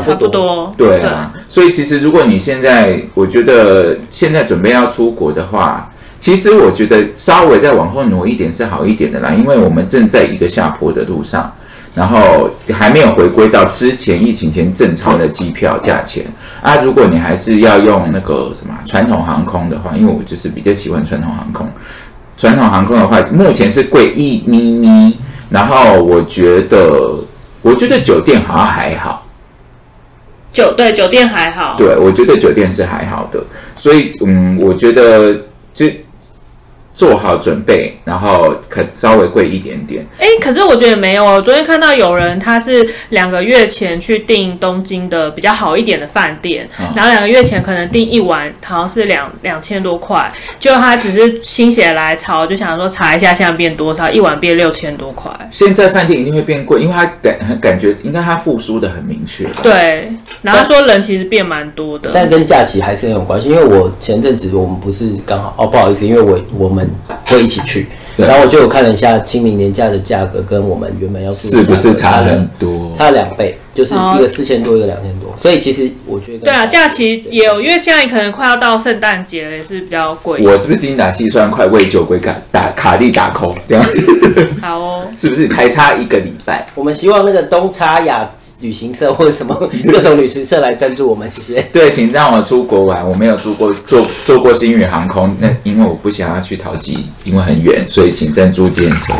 Speaker 3: 差
Speaker 5: 不多
Speaker 3: 不多，
Speaker 2: 对啊，所以其实如果你现在，我觉得现在准备要出国的话，其实我觉得稍微再往后挪一点是好一点的啦，因为我们正在一个下坡的路上，然后还没有回归到之前疫情前正常的机票价钱啊。如果你还是要用那个什么传统航空的话，因为我就是比较喜欢传统航空，传统航空的话，目前是贵一咪咪，然后我觉得，我觉得酒店好像还好。
Speaker 3: 酒对酒店还好，
Speaker 2: 对，我觉得酒店是还好的，所以嗯，我觉得就做好准备，然后可稍微贵一点点。
Speaker 3: 哎，可是我觉得没有。哦我昨天看到有人他是两个月前去订东京的比较好一点的饭店，
Speaker 2: 啊
Speaker 3: 然后两个月前可能订一晚好像是两两千多块，就他只是心血来潮就想说查一下现在变多少，一晚变六千多块。
Speaker 2: 现在饭店一定会变贵，因为它感很感觉应该它复苏的很明确吧。
Speaker 3: 对，然后他说人其实变蛮多的，
Speaker 5: 但跟假期还是很有关系，因为我前阵子我们不是刚好哦，不好意思，因为我我们会一起去，
Speaker 2: 对
Speaker 5: 然后我就有看了一下清明年假的价格跟我们原本要住的
Speaker 2: 是不是
Speaker 5: 价格
Speaker 2: 差
Speaker 5: 了
Speaker 2: 很多？
Speaker 5: 差了两倍，就是一
Speaker 3: 哦
Speaker 5: 个四千多，一个两千多，所以其实我觉得
Speaker 3: 对啊，假期也有，因为现在可能快要到圣诞节了，也是比较贵。
Speaker 2: 我是不是精打细算，快为酒鬼卡打卡地打 call？对吧？
Speaker 3: 好哦，
Speaker 2: 是不是才差一个礼拜？
Speaker 5: 我们希望那个东差雅旅行社或者什么各种旅行社来赞助我们，谢谢。
Speaker 2: 对，请让我出国玩，我没有住过坐坐过星宇航空，那因为我不想要去淘机，因为很远，所以请赞助建车。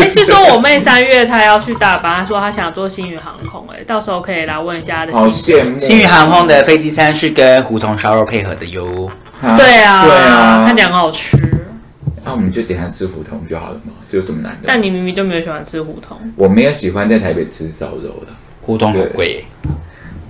Speaker 3: 哎，是说我妹三月她要去大阪，她说她想坐星宇航空，哎，到时候可以来问一下她的
Speaker 2: 好
Speaker 3: 心情。
Speaker 2: 羡慕！啊
Speaker 4: 星宇航空的飞机餐是跟胡同烧肉配合的哟。
Speaker 2: 啊
Speaker 3: 对啊，
Speaker 2: 对啊，
Speaker 3: 她讲很好吃，
Speaker 2: 那、我们就点下吃胡同就好了嘛，这有什么难的？
Speaker 3: 但你明明就没有喜欢吃胡同。
Speaker 2: 我没有喜欢在台北吃烧肉的。
Speaker 4: 胡同好贵耶，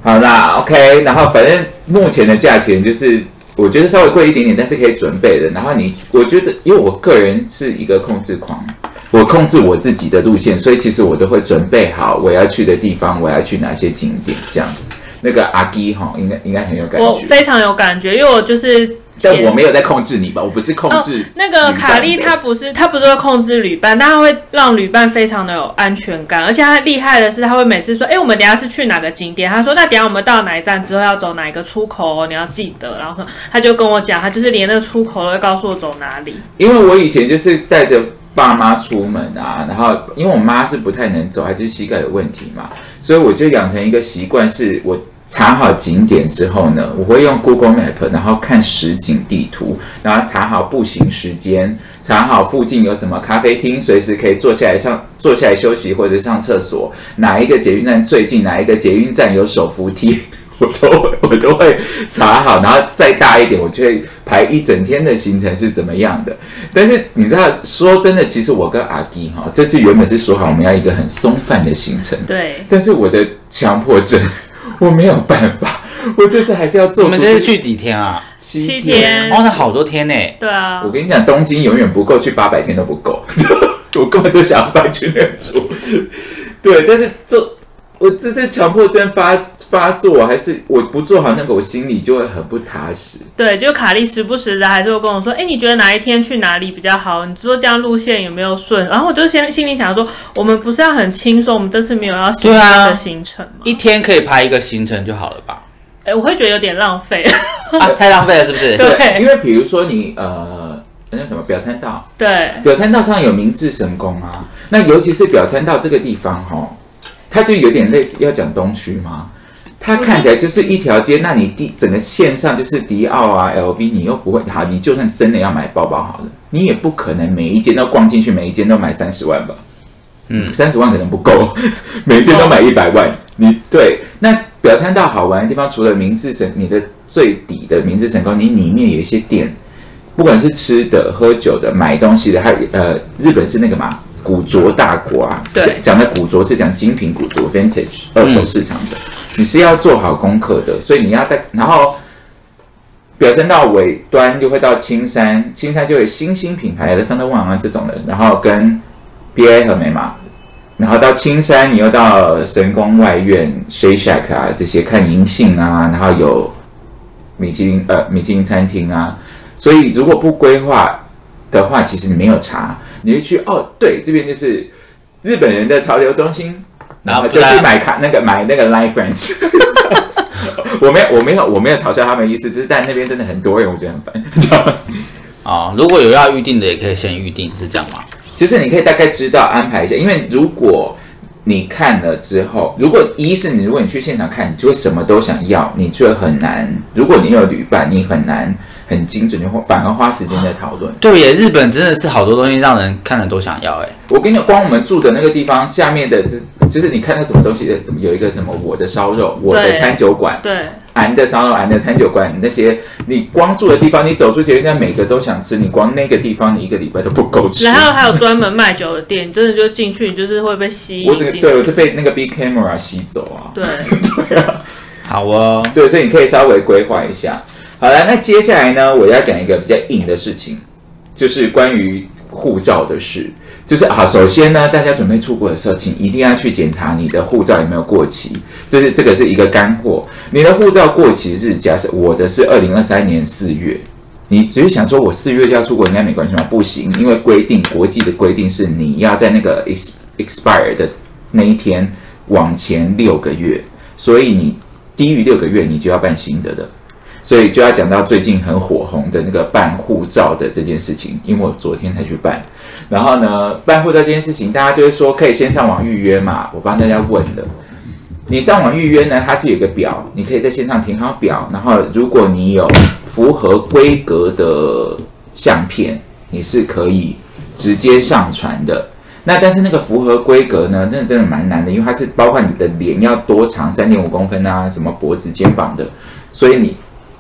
Speaker 2: 好啦，OK，然后反正目前的价钱就是，我觉得稍微贵一点点，但是可以准备的。然后你，我觉得，因为我个人是一个控制狂，我控制我自己的路线，所以其实我都会准备好我要去的地方，我要去哪些景点这样子。那个阿基哈，应该应该很有感
Speaker 3: 我
Speaker 2: 觉，
Speaker 3: 非常有感觉，因为我就是前。
Speaker 2: 但我没有在控制你吧，我不是控
Speaker 3: 哦
Speaker 2: 制、，
Speaker 3: 那个卡莉她不是她不是会控制旅伴，但她会让旅伴非常的有安全感，而且她厉害的是，她会每次说，哎、我们等一下是去哪个景点？她说，那等一下我们到哪一站之后要走哪一个出口哦，你要记得。然后她就跟我讲，她就是连那个出口都会告诉我走哪里。
Speaker 2: 因为我以前就是带着爸妈出门啊，然后因为我妈是不太能走，她就是膝盖有问题嘛，所以我就养成一个习惯，是我查好景点之后呢，我会用 Google Map，然后看实景地图，然后查好步行时间，查好附近有什么咖啡厅，随时可以坐下来上坐下来休息或者上厕所，哪一个捷运站最近，哪一个捷运站有手扶梯。 我都会我都会查好，然后再大一点，我就会排一整天的行程是怎么样的。但是你知道，说真的，其实我跟阿基哈这次原本是说好我们要一个很松散的行程，
Speaker 3: 对，
Speaker 2: 但是我的强迫症 我没有办法， 我这次还是要做
Speaker 4: 我
Speaker 2: 出。
Speaker 4: 们这是去几天啊？
Speaker 2: 七
Speaker 3: 七天嗯
Speaker 4: 哦，那好多天呢。
Speaker 3: 对啊
Speaker 2: 我，跟你讲，东京永远不够，去八百天都不够。 我根本就想要搬去那住。 对，但是这我这次强迫症发发作，还是我不做好那个，我心里就会很不踏实。
Speaker 3: 对，就卡莉时不时的还是会跟我说，哎、你觉得哪一天去哪里比较好？你说这样路线有没有顺？然后我就先心里想说，我们不是要很轻松，我们这次没有要行
Speaker 4: 对啊
Speaker 3: 的行程吗？
Speaker 4: 一天可以排一个行程就好了吧？
Speaker 3: 哎、我会觉得有点浪费。
Speaker 4: 啊，太浪费了，是不是？
Speaker 3: 对
Speaker 2: 因为比如说你呃，那叫什么表参道，
Speaker 3: 对，
Speaker 2: 表参道上有明治神宫啊，那尤其是表参道这个地方哈、哦，它就有点类似要讲东区吗？它看起来就是一条街，那你地整个线上就是迪奥啊、LV，你又不会好，你就算真的要买包包好了，你也不可能每一间都逛进去，每一间都买三十万吧？嗯，三十万可能不够， 每一间都买一百万。你对那表参道好玩的地方，除了明治神，你的最底的明治神宫，你里面有一些店，不管是吃的、喝酒的、买东西的，还有呃，日本是那个嘛，古着大国啊。
Speaker 3: 对
Speaker 2: 讲讲的古着是讲精品古着 （vintage） 二手市场的，你是要做好功课的，所以你要带。然后表参到尾端就会到青山，青山就有新兴品牌的上头万啊这种人，然后跟 BA 和美嘛。然后到青山，你又到神宫外苑、Shake Shack 啊这些看银杏啊，然后有米其林呃米其林餐厅啊，所以如果不规划的话，其实你没有查，你就去哦，对，这边就是日本人的潮流中心， 然
Speaker 4: 然后啊
Speaker 2: 后就
Speaker 4: 不
Speaker 2: 去
Speaker 4: 然
Speaker 2: 买卡那个买那个 Life Friends。我没有，我没有，我没有嘲笑他们的意思，就是但那边真的很多人，我觉得很烦。 知道吗
Speaker 4: 哦，如果有要预定的，也可以先预定，是这样吗？
Speaker 2: 就是你可以大概知道安排一下，因为如果你看了之后，如果一是你如果你去现场看，你就会什么都想要，你就会很难。如果你有旅伴，你很难很精准，就花反而花时间在讨论。
Speaker 4: 对耶，日本真的是好多东西让人看了都想要哎。
Speaker 2: 我跟你讲，光我们住的那个地方下面的，就是就是你看到什么东西的，什么有一个什么我的烧肉，我的
Speaker 3: 对
Speaker 2: 餐酒馆，
Speaker 3: 对，
Speaker 2: 俺的烧肉、俺的餐酒馆那些，你光住的地方，你走出捷运站，每个都想吃，你光那个地方，你一个礼拜都不够吃。
Speaker 3: 然后还有专门卖酒的店，你真的就进去，你就是会被吸
Speaker 2: 我
Speaker 3: 引
Speaker 2: 这个
Speaker 3: 进去。
Speaker 2: 对，我就被那个 B camera 吸走啊。
Speaker 3: 对
Speaker 2: 对啊，
Speaker 4: 好哦，
Speaker 2: 对，所以你可以稍微规划一下。好了，那接下来呢，我要讲一个比较硬的事情，就是关于护照的事。就是啊，首先呢，大家准备出国的时候，请一定要去检查你的护照有没有过期。就是这个是一个干货。你的护照过期日，假设我的是二零二三年四月，你只是想说我四月就要出国，应该没关系吗？不行，因为规定国际的规定是你要在那个 ex expire 的那一天往前六个月，所以你低于六个月你就要办新的的。所以就要讲到最近很火红的那个办护照的这件事情，因为我昨天才去办。然后呢，办护照这件事情，大家就会说可以先上网预约嘛，我帮大家问的。你上网预约呢，它是有一个表，你可以在线上填好表，然后如果你有符合规格的相片，你是可以直接上传的。那但是那个符合规格呢，那真的蛮难的，因为它是包括你的脸要多长，三点五公分啊，什么脖子、肩膀的，所以你，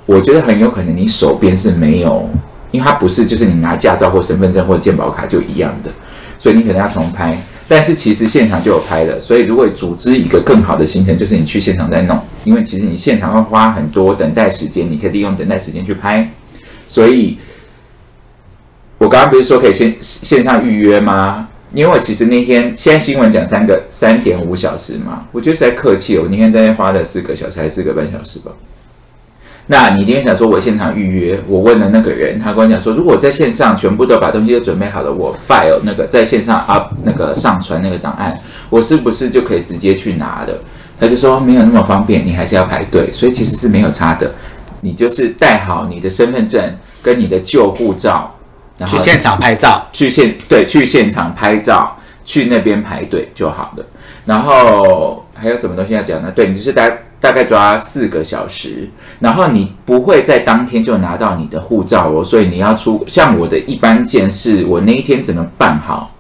Speaker 2: 我觉得很有可能你手边是没有，因为它不是就是你拿驾照或身份证或健保卡就一样的，所以你可能要重拍。但是其实现场就有拍的，所以如果组织一个更好的行程，就是你去现场再弄，因为其实你现场会花很多等待时间，你可以利用等待时间去拍，所以。我刚刚不是说可以线线上预约吗？因为我其实那天现在新闻讲三个三点五小时嘛，我觉得实在客气了。我那天在那边花了四个小时还是四个半小时吧。那你一定想说，我现场预约，我问了那个人，他跟我讲说，如果我在线上全部都把东西都准备好了，我 file 那个在线上 up 那个上传那个档案，我是不是就可以直接去拿的？他就说没有那么方便，你还是要排队，所以其实是没有差的。你就是带好你的身份证跟你的旧护照，然后
Speaker 4: 去现场拍照，
Speaker 2: 去现对去现场拍照，去那边排队就好了。然后还有什么东西要讲呢？对，你就是大大概抓四个小时，然后你不会在当天就拿到你的护照哦，所以你要出像我的一般件是，我那一天只能办好，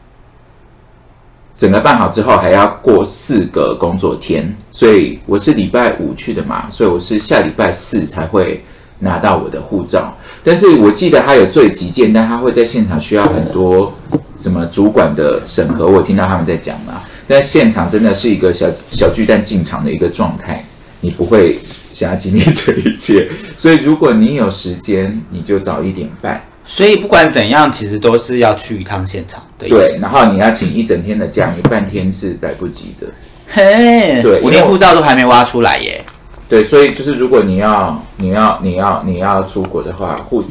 Speaker 2: 整个办好之后还要过四个工作天，所以我是礼拜五去的嘛，所以我是下礼拜四才会拿到我的护照。但是我记得它有最急件，但它会在现场需要很多什么主管的审核，我听到他们在讲啦。但现场真的是一个小小巨蛋进场的一个状态，你不会想要经历这一切。 所以如果你有时间，你就早一点办。
Speaker 4: 所以不管怎样，其实都是要去一趟现场的意思。
Speaker 2: 对，然后你要请一整天的假，你半天是来不及的。
Speaker 4: 嘿，
Speaker 2: 对
Speaker 4: 我
Speaker 2: 因为
Speaker 4: 连
Speaker 2: 我
Speaker 4: 护照都还没挖出来耶。
Speaker 2: 对，所以就是如果你要你要你要你要出国的话，护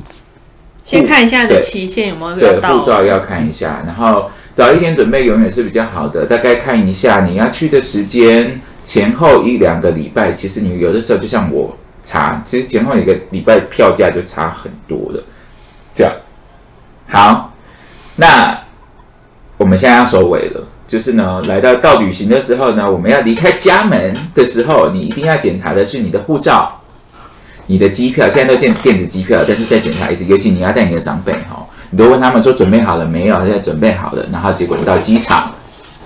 Speaker 3: 先看一下你的
Speaker 2: 对
Speaker 3: 期限有没有
Speaker 2: 对
Speaker 3: 要
Speaker 2: 护照
Speaker 3: 到。
Speaker 2: 要看一下，然后早一点准备永远是比较好的。大概看一下你要去的时间前后一两个礼拜，其实你有的时候就像我查，其实前后一个礼拜票价就差很多的。这样，好，那我们现在要收尾了。就是呢，来到到旅行的时候呢，我们要离开家门的时候，你一定要检查的是你的护照，你的机票现在都电电子机票，但是再检查一次，尤其你要带你的长辈哈，你都问他们说准备好了没有，现在准备好了，然后结果你到机场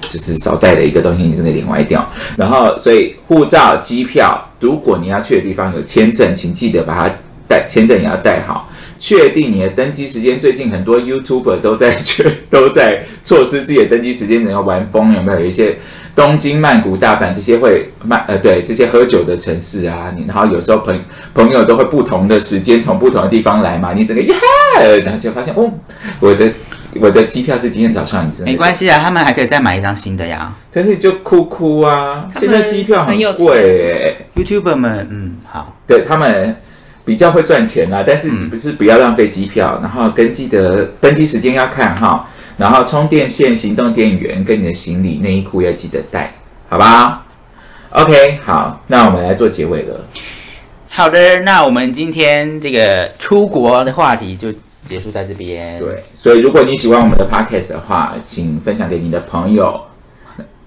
Speaker 2: 就是少带了一个东西，你就得脸歪掉。然后所以护照、机票，如果你要去的地方有签证，请记得把它带，签证也要带好。确定你的登机时间，最近很多 YouTuber 都在确都在错失自己的登机时间，然后玩疯有没有？有一些东京、曼谷、大阪这些会曼呃对这些喝酒的城市啊，你然后有时候朋朋友都会不同的时间从不同的地方来嘛，你整个耶，然后就发现哦，我的我的机票是今天早上，你知道
Speaker 4: 没关系啊，他们还可以再买一张新的呀。
Speaker 2: 但是就哭哭啊！
Speaker 3: 他们
Speaker 2: 现在机票很
Speaker 3: 很有
Speaker 2: 贵、欸，
Speaker 4: YouTuber 们，嗯，好，
Speaker 2: 对他们比较会赚钱啊啦，但是
Speaker 4: 嗯
Speaker 2: 不是不要浪费机票，然后登记的登机时间要看哈，然后充电线、行动电源跟你的行李内衣裤要记得带，好吧？OK，好，那我们来做结尾了。
Speaker 4: 好的，那我们今天这个出国的话题就结束在这边。
Speaker 2: 对，所以如果你喜欢我们的 Podcast 的话，请分享给你的朋友。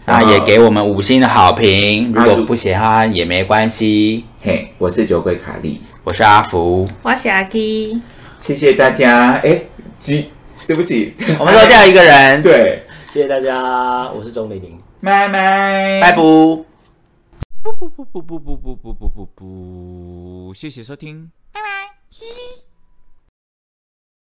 Speaker 4: 那也
Speaker 2: 然后
Speaker 4: 给我们五星的好评，如
Speaker 2: 啊
Speaker 4: 果
Speaker 2: 如
Speaker 4: 不喜欢也没关系。
Speaker 2: 嘿，我是酒鬼卡莉，
Speaker 4: 我是阿福，
Speaker 3: 我是阿基，
Speaker 2: 谢谢大家。哎，鸡，对不起，
Speaker 4: 我们漏掉一个人，
Speaker 2: 对，
Speaker 5: 谢谢大家，我是钟丽玲。
Speaker 2: 拜拜，
Speaker 4: 拜。不。
Speaker 2: 不不不不不不不不不不不，谢谢收听，拜拜。